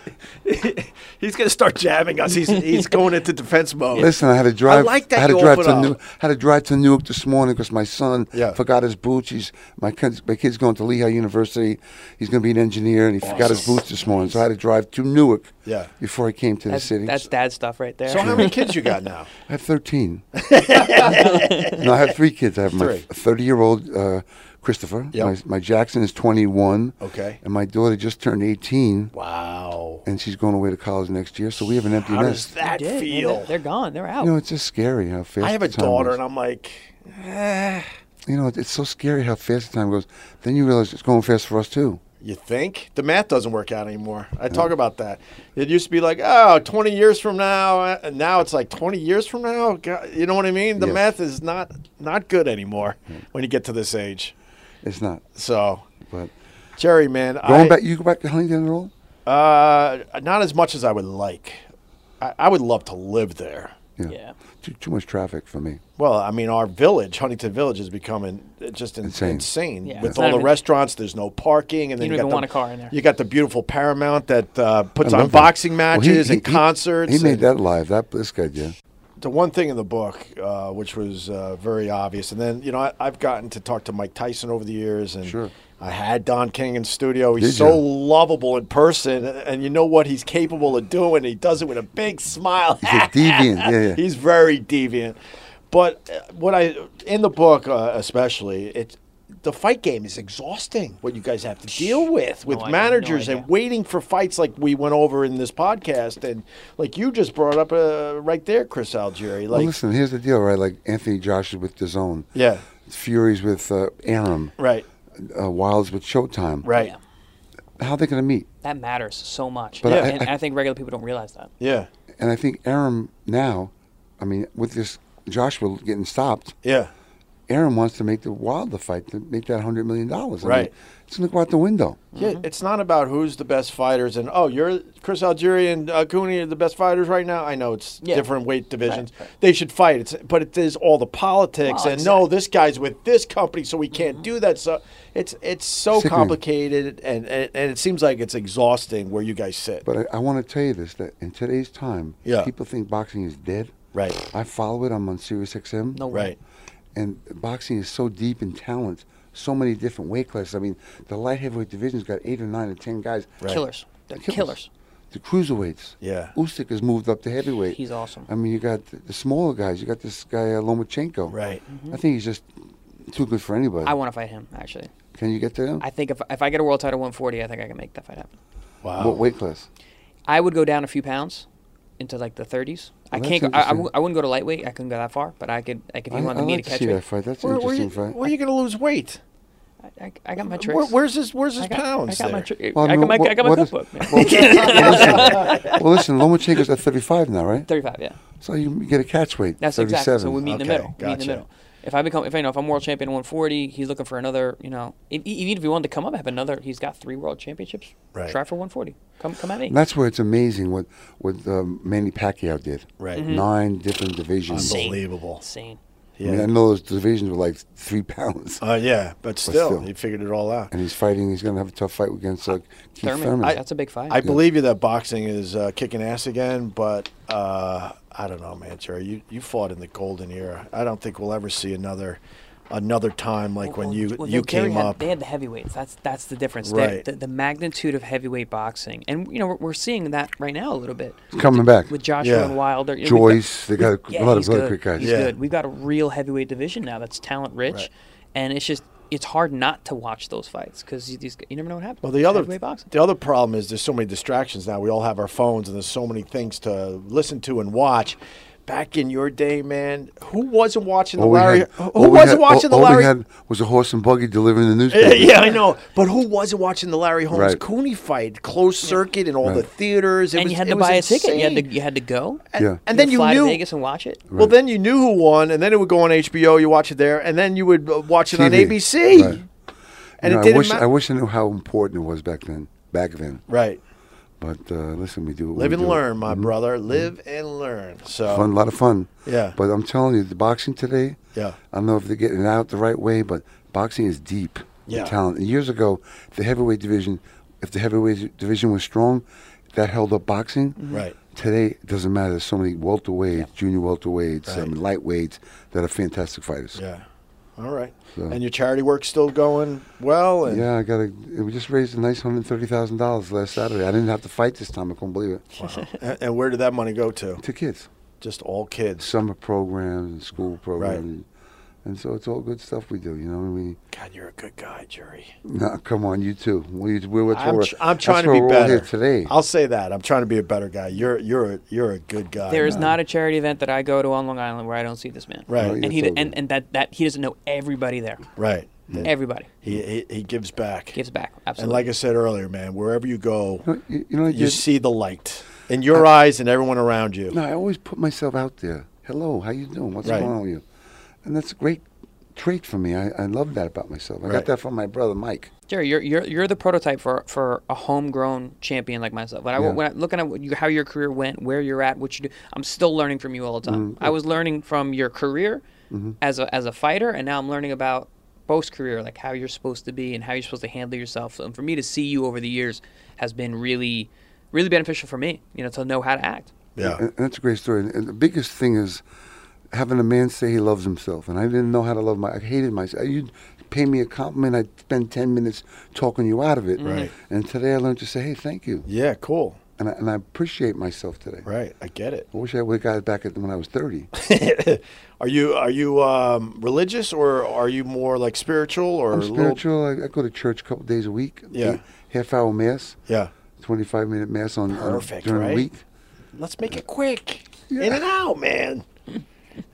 He's gonna start jamming us. He's he's going into defense mode. listen. I had to drive. like that had to you drive open to up. New, had to drive to Newark this morning because my son Yeah. forgot his boots. He's my kid's, my kid's going to Lehigh University. He's going to be an engineer, and he forgot his boots this morning. So I had to drive to Newark. Yeah. Before I came to That's, the city, that's dad stuff right there. So how many kids you got now? I (laughs) have 13. no, I have three kids. I have my Three. 30 year old uh, Christopher. Yep. My, my Jackson is 21. Okay. And my daughter just turned 18, Wow. and she's going away to college next year. So we have an empty How does nest. that They did, man. They're- feel? They're, gone. They're out. You know, it's just scary how fast. I have a the time daughter, goes. and I'm like, You know, it's so scary how fast the time goes. Then you realize it's going fast for us too. You think? The math doesn't work out anymore. I talk about that. It used to be like, oh, 20 years from now. uh, And now it's like 20 years from now. God, you know what I mean? The Yeah. math is not not good anymore when you get to this age. It's not. So, But Jerry, man, going I, back, you go back to Huntington at all? Uh, not as much as I would like. I, I would love to live there. Yeah. Too, too much traffic for me. Well, I mean, our village, Huntington Village, is becoming uh, just in, insane. Insane. Yeah, with it's all not the even- restaurants. There's no parking, and then You you, don't even got want the, a car in there. You got the beautiful Paramount that uh, puts I on love that. boxing Well, matches he- he- and concerts. He, he made and- that live. That this guy did. the one thing in the book, uh, which was uh, very obvious, and then you know I, I've gotten to talk to Mike Tyson over the years, and Sure. I had Don King in studio. He's Did so you? lovable in person, and you know what he's capable of doing. He does it with a big smile. He's a deviant. Yeah, yeah. He's very deviant. But uh, what I in the book, uh, especially, it's the fight game is exhausting. What you guys have to deal with with idea, no managers and idea. waiting for fights, like we went over in this podcast, and like you just brought up uh, right there, Chris Algieri. well, Like, listen. Here's the deal, right? Like Anthony Josh is with DAZN. yeah, Fury's with uh, Aram. right, Uh, Wilds with Showtime. right, Yeah. How are they going to meet? That matters so much. But Yeah. and, I- and I, think regular people don't realize that. yeah, And I think Aram now, I mean, with this Joshua getting stopped, yeah, Aram wants to make the Wild the fight to make that hundred million dollars. I mean, Right. it's going to go out the window. yeah. Mm-hmm. It's not about who's the best fighters, and oh, you're Chris Algieri and uh, Cooney are the best fighters right now. I know it's Yeah. different weight divisions; they should fight. It's but it is all the politics, Well, and no, this guy's with this company, so we can't Mm-hmm. do that. So it's it's so Sickening. complicated, and, and and it seems like it's exhausting where you guys sit. But I, I want to tell you this: that in today's time, Yeah. people think boxing is dead. right, I follow it. I'm on Sirius XM. No way. right, And boxing is so deep in talent, so many different weight classes. I mean, the light heavyweight division's got eight or nine or ten guys. Killers. They're killers. The cruiserweights. Yeah. Usyk has moved up to heavyweight. He's awesome. I mean, you got the, the smaller guys. You got this guy uh, Lomachenko. right. I think he's just too good for anybody. I want to fight him, actually. Can you get to him? I think if, if I get a world title 140, I think I can make that fight happen. Oh. Wow. What weight class? I would go down a few pounds into like the 30s. I that's can't. Go, I, I, interesting. w- I wouldn't go to lightweight. I couldn't go that far, but I could. Like if you I, wanted I me like to to catch see weight, that fight. That's Where, an where you, interesting fight. where you going to lose weight? I, I got my tricks. Where, where's his Where's his I got, pounds? I got my there? tri- Well, I got mean, my, I what- got my what is- cookbook. man. (laughs) well, listen, well, listen, Lomachenko's at 35 now, right? 35. Yeah. So you get a catch weight. That's 37. exactly. So we meet in Okay, the middle. We meet in gotcha. the middle. If I become, if I know, if I'm world champion at 140, he's looking for another. You know, if, even if he wanted to come up, have another. He's got three world championships. Right. Try for 140. Come, come at me. And that's where it's amazing what what um, Manny Pacquiao did. Right. Mm-hmm. Nine different divisions. Insane. Unbelievable. Insane. I mean, I know those divisions were like three pounds. Uh, yeah, but still, still. he figured it all out. And he's fighting. He's going to have a tough fight against uh, Keith Thurman. Thurman. that's a big fight. I believe you that boxing is uh, kicking ass again, but uh, I don't know, man, Jerry. You you fought in the golden era. I don't think we'll ever see another another time like when Well, you well, you they- Jerry came had- up. They had the heavyweights. That's that's the difference. Right. The, the, the magnitude of heavyweight boxing, and you know we're, we're seeing that right now a little bit It's coming back. with Joshua Yeah. and Wilder. You know, we've Joyce. They got a, got- yeah, a lot he's of other great good. guys. He's Yeah. good. We've got a real heavyweight division now that's talent rich, and it's just it's hard not to watch those fights because you, these- you never know what happens. well, the other heavyweight boxing. the other problem is there's so many distractions now. We all have our phones, and there's so many things to listen to and watch. Back in your day, man, who wasn't watching the All we Larry? had- who all we wasn't had- watching all, the All Larry? we had was a horse and buggy delivering the Yeah, (laughs) newspaper. yeah, I know. But who wasn't watching the Larry Holmes Right. Cooney fight? Closed circuit in all the Right. theaters. It and was, you had it to was buy a ticket. You had insane. to you had to go. And, Yeah. and then could you fly knew. to Vegas and watch it. Well, then you knew who won, and then it would go on HBO. You watch it there, and then you would uh, watch it on TV. ABC. Right. And You know, it I didn't wish ma- I wish I knew how important it was back then. Back then. Right. But uh, listen, we do what Live we and do. Mm-hmm. learn, my brother. Live and learn. So Fun, a lot of fun. Yeah. But I'm telling you, the boxing today. Yeah. I don't know if they're getting it out the right way, but boxing is deep. in Yeah. Talent. And years ago, the heavyweight division, if the heavyweight division was strong, that held up boxing. Mm-hmm. Right. Today it doesn't matter. There's so many welterweights, junior welterweights, Right. um, lightweights that are fantastic fighters. Yeah. All right. And your charity work's still going well. And Yeah, I got a. We just raised a nice hundred thirty thousand dollars last Saturday. I didn't have to fight this time. I couldn't believe it. (laughs) and, and where did that money go to? To kids, Just all kids. summer programs and school programs, and, and so it's all good stuff we do. You know, we God, you're a good guy, Jerry. Nah, come on, you too. We, we're, we're, I'm, we're- tr- I'm that's trying to why be we're all better here today. I'll say that. I'm trying to be a better guy. You're you're a, you're a good guy. There is not a charity event that I go to on Long Island where I don't see this man. Right. Oh, yeah, And he it's all and, good. and that, that he doesn't know everybody there. Right. Everybody He, he, he gives back. gives back. and Absolutely. like I said earlier, man, wherever you go, You know, you, you know, I you just, Uh, see the light in your eyes and everyone around you. no, I always put myself out there. Hello, how you doing? What's Right. going on with you? And that's a great trait for me. I, I love that about myself. I Right. got that from my brother Mike. Jerry, you're, you're you're the prototype for for a homegrown champion like myself. When I Yeah. when I, looking at what you, how your career went, where you're at, what you do, I'm still learning from you all the Mm-hmm. time. I was learning from your career as a as a fighter, and now I'm learning about post career, like how you're supposed to be and how you're supposed to handle yourself. And for me to see you over the years has been really, really beneficial for me. You know, to know how to act. Yeah. And and that's a great story. And- And the biggest thing is having a man say he loves himself. And I didn't know how to love my. I hated myself. You'd pay me a compliment. I'd spend ten minutes talking you out of it. Right. And today I learned to say, "Hey, thank you," Yeah, cool. and I, and I appreciate myself today. Right. I get it. I wish I would have got it back at when I was (laughs) thirty. Are you are you um, religious or are you more like spiritual or I'm a little- spiritual. I, I go to church a couple days a week. Yeah. Half hour mass, Yeah. twenty five minute mass on, on Perfect, during right? the week. Let's make it quick. In and out, man.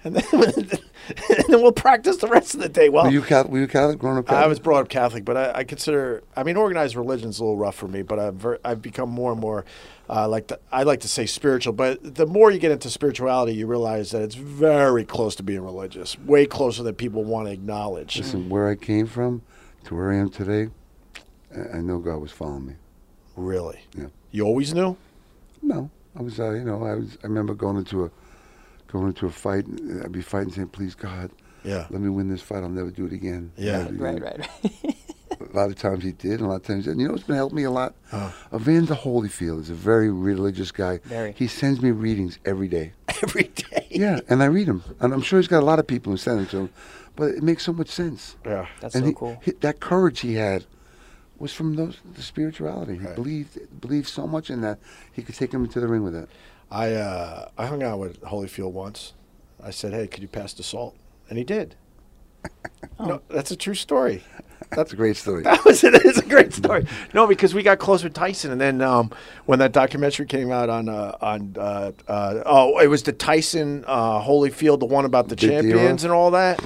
And then, (laughs) and then we'll practice the rest of the day. Well, Were you Catholic? Were you Catholic growing up? Oh. I Catholic? was brought up Catholic, but I, I consider, I mean, organized religion's a little rough for me, but I'm ver- I've become more and more, uh, like the, I like to say spiritual, but the more you get into spirituality, you realize that it's very close to being religious, way closer than people want to acknowledge. Listen, where I came from to where I am today, I, I know God was following me. Really? Yeah. You always knew? No, I was, uh, you know, I was. I remember going into a, going into a fight. and I'd be fighting, saying, "Please, God, Yeah. let me win this fight. I'll never do it again." Yeah. Never do it Right, again." right, right. (laughs) A lot of times he did, and a lot of times, and you know, what's been helping me a lot. Evander Holyfield is a very religious guy. Very. He sends me readings (laughs) every day. (laughs) Every day. yeah, and I read them, and I'm sure he's got a lot of people who send them to him, but it makes so much sense. Yeah. That's and so he- cool. he- that courage he had was from those the spirituality. Right. He believed believed so much in that he could take him into the ring with it. I uh, I hung out with Holyfield once. I said, "Hey, could you pass the salt?" And he (laughs) did. No, that's a true story. That's a (laughs) great story. That was it. It's a great story. No, because we got close with Tyson, and then um, when that documentary came out on uh, on uh, uh, oh, it was the Tyson uh, Holyfield, the one about the Big deal. champions and all that.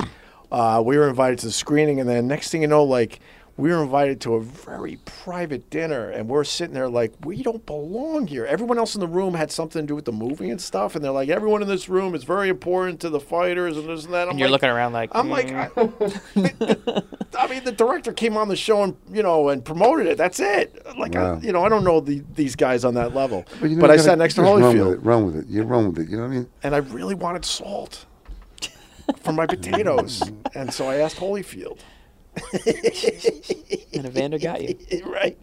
Uh, we were invited to the screening, and then next thing you know, like we were invited to a very private dinner, and we're sitting there like we don't belong here. Everyone else in the room had something to do with the movie and stuff, and they're like, everyone in this room is very important to the fighters and this and that. I'm And you're like- looking around like "Mm, I'm like, (laughs) I, I mean, the director came on the show and you know and promoted it. That's it. Like, Wow. I, you know, I don't know the, these guys on that level. But, you know, I you gotta sat next to just Run with Holyfield, it. Run with it. You run with it. You know what I mean? and I really wanted salt for my (laughs) potatoes, and so I asked Holyfield. and Evander got you. right.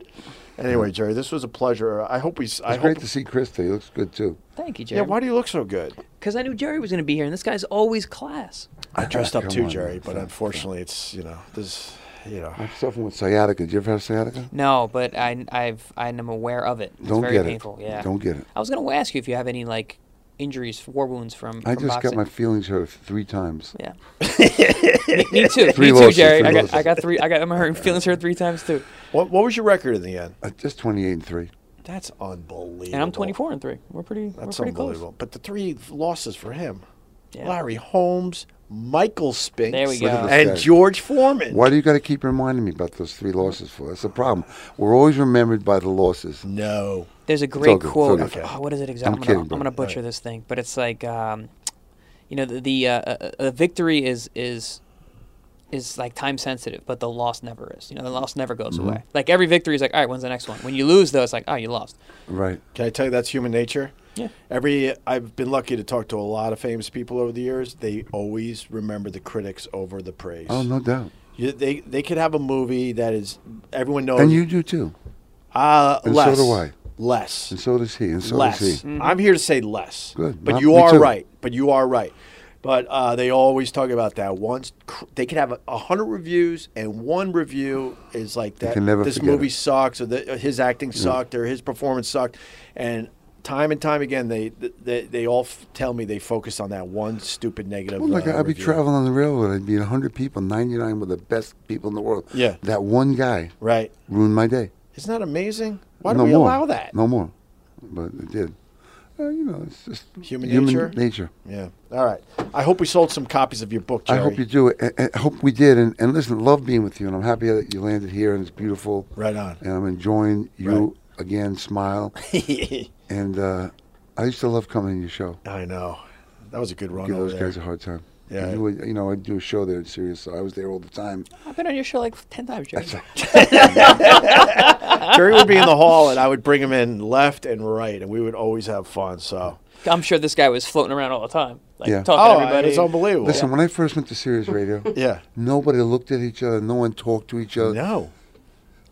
Anyway, Jerry, this was a pleasure. I hope we. s- I It's great hope. to see Krista. He looks good too. Thank you, Jerry. Yeah. Why do you look so good? Because I knew Jerry was going to be here, and this guy's always class. I dressed up Come too, on, Jerry, man. but unfortunately, it's you know this. You know. I'm suffering with sciatica. Did you ever have sciatica? No, but I, I've, I am aware of it. It's Don't very get painful. it. Yeah. Don't get it. I was going to ask you if you have any like injuries, war wounds from. I from just boxing. got my feelings hurt three times. Yeah. me, me too. Three me losses, too, Jerry. three I got, losses. I got three. I got my feelings hurt three times too. What, what was your record in the end? Uh, just 28 and three. That's unbelievable. And I'm 24 and three. We're pretty. That's we're pretty unbelievable. close. But the three losses for him Yeah. Larry Holmes, Michael Spinks, There we go. Look at this and guy. George Foreman. Why do you got to keep reminding me about those three losses for? That's the problem. We're always remembered by the losses. No. There's a great good, it's all quote. good. of- Okay. oh, what is it exactly? I'm I'm, kidding, uh, gonna, I'm bro. gonna butcher this thing, but it's like, um, you know, the, the uh, a, a victory is is is like time sensitive, but the loss never is. You know, the loss never goes Mm-hmm. away. Like every victory is like, all right, when's the next one? When you lose, though, it's like, oh, you lost. Right. Can I tell you that's human nature? Yeah. Every I've been lucky to talk to a lot of famous people over the years. They always remember the critics over the praise. Oh, no doubt. You- they they could have a movie that is everyone knows. And you do too. uh, and so less, do I. Less. And so does he. And so less. does he. I'm here to say less. Good. But Not- you me are too. right. But you are right. But uh, they always talk about that. Once cr- they could have a, a hundred reviews, and one review is like that. can never this forget movie it." sucks, or the, uh, his acting sucked, or his performance sucked, and time and time again, they they, they all f- tell me they focus on that one stupid negative. Well, like uh, Oh I'd be review. traveling on the railroad. I'd meet 100 people. 99 were the best people in the world. Yeah. That one guy Right? ruined my day. Isn't that amazing? Why do no we more. allow that? No more. But it did. Well, you know, it's just Human nature? nature. Yeah. All right. I hope we sold some copies of your book, Jerry. I hope you do it. and- and I hope we did. And, and listen, love being with you. And I'm happy that you landed here and it's beautiful. Right on. And I'm enjoying you (laughs) again, smile. and uh, I used to love coming to your show. I know. That was a good run Give over those there. guys a hard time. Yeah. You, would- you know, I'd do a show there in Sirius, so I was there all the time. I've been on your show like ten times, Jerry. (laughs) Jerry would be in the hall, and I would bring him in left and right, and we would always have fun. So, I'm sure this guy was floating around all the time, like Yeah. talking oh, to everybody. it's unbelievable. Listen, when I first went (laughs) to Sirius Radio, yeah. nobody looked at each other. No one talked to each other. No.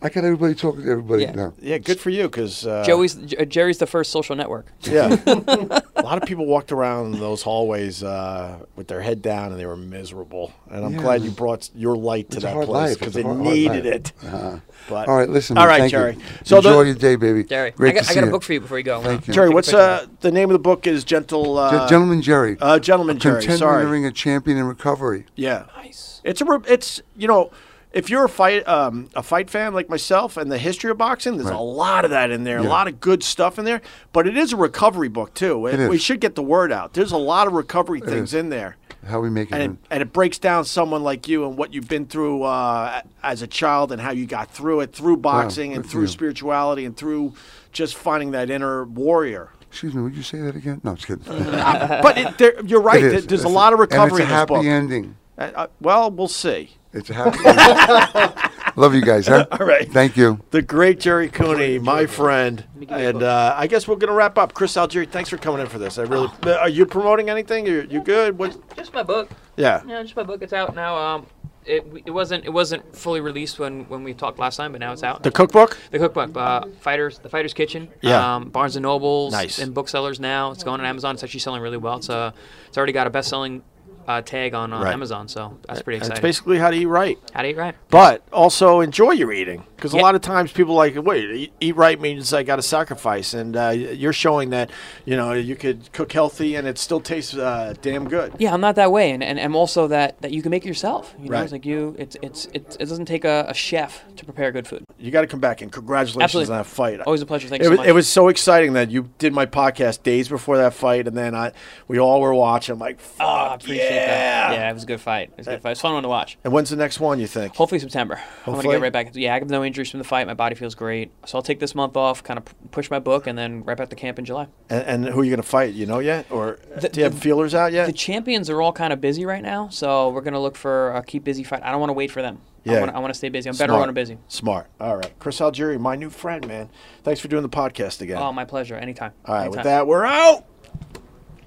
I got everybody talking to everybody Yeah. now. Yeah, good for you, because uh, Joey's J- Jerry's the first social network. Yeah. a lot of people walked around those hallways uh, with their head down, and they were miserable. And I'm Yeah. glad you brought s- your light to It's a that hard place life. because It's a they hard- hard needed life. Uh-huh. it. But All right, listen. All man, right, thank you. Jerry. So the- Enjoy your day, baby. Jerry, Great I got, to I see got a you. book for you before you go. I'm gonna Thank you. take Jerry, a what's picture. uh, the name of the book? Is Gentle uh, Gen- Gentleman Jerry. uh, Gentleman Jerry. Contender in the Sorry. ring, a champion in recovery. Yeah. Nice. It's a re- it's you know if you're a fight um, a fight fan like myself and the history of boxing, there's a lot of that in there, a lot of good stuff in there. But it is a recovery book too. It we is. should get the word out. There's a lot of recovery things is. in there, How we make it. and in. it, and it breaks down someone like you and what you've been through uh, as a child and how you got through it through boxing and good for through you. spirituality and through just finding that inner warrior. Excuse me, would you say that again? No, I'm just kidding. (laughs) Uh, but it, there, you're right. It there- is. There's a It's- lot of recovery And it's a in this happy book. ending. Uh, uh, well, we'll see. It's a happy ending. (laughs) Love you guys, huh? All right. Thank you. The great Jerry Cooney, my friend, and uh, I guess we're gonna wrap up. Chris Algieri, thanks for coming in for this. I really. Oh. Are you promoting anything? You you good? What? Just my book. Yeah. Yeah, just my book. It's out now. Um, it, it wasn't it wasn't fully released when, when we talked last time, but now it's out. The cookbook. The cookbook, uh, Fighters, The Fighter's Kitchen, Yeah. um, Barnes and Nobles, Nice. and booksellers now. It's going on Amazon. It's actually selling really well. It's uh, it's already got a best-selling uh, tag on, on Right. Amazon, so that's pretty And it's exciting. basically how to eat right, How to eat right? but also enjoy your eating because a Yeah. lot of times people like wait, eat, eat right means I got to sacrifice, and uh, you're showing that you know you could cook healthy and it still tastes uh, damn good. Yeah, I'm not that way, and, and I'm also that, that you can make it yourself. You know, Right. it's like you, it's it's it, it doesn't take a, a chef to prepare good food. You got to come back and congratulations Absolutely. on that fight. Always a pleasure. Thank it you so was, much. It was so exciting that you did my podcast days before that fight, and then I we all were watching. I'm like, fuck, Oh, I appreciate yeah. that. Yeah, it was a good fight. It was a good fight. It was a fun one to watch. And when's the next one? You think? Hopefully September. I'm gonna Hopefully? get right back. into Yeah, I have no injuries from the fight. My body feels great, so I'll take this month off, kind of p- push my book, and then right back to camp in July. And, and who are you going to fight? You know yet, or do you have feelers out The yet? champions are all kind of busy right now, so we're gonna look for a keep busy fight. I don't want to wait for them. Yeah. I want to I wanna stay busy. I'm better Smart. when I'm busy. Smart. All right, Chris Algieri, my new friend, man. Thanks for doing the podcast again. Oh, my pleasure. Anytime. all right, with Anytime. that, we're out.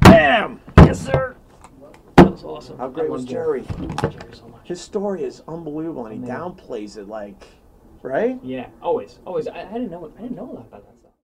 Bam. Yes, sir. that was awesome. How I great was loved Jerry? Jerry so much. His story is unbelievable, and he downplays it like, right? Yeah, always, always. I, I didn't know. I didn't know a lot about that.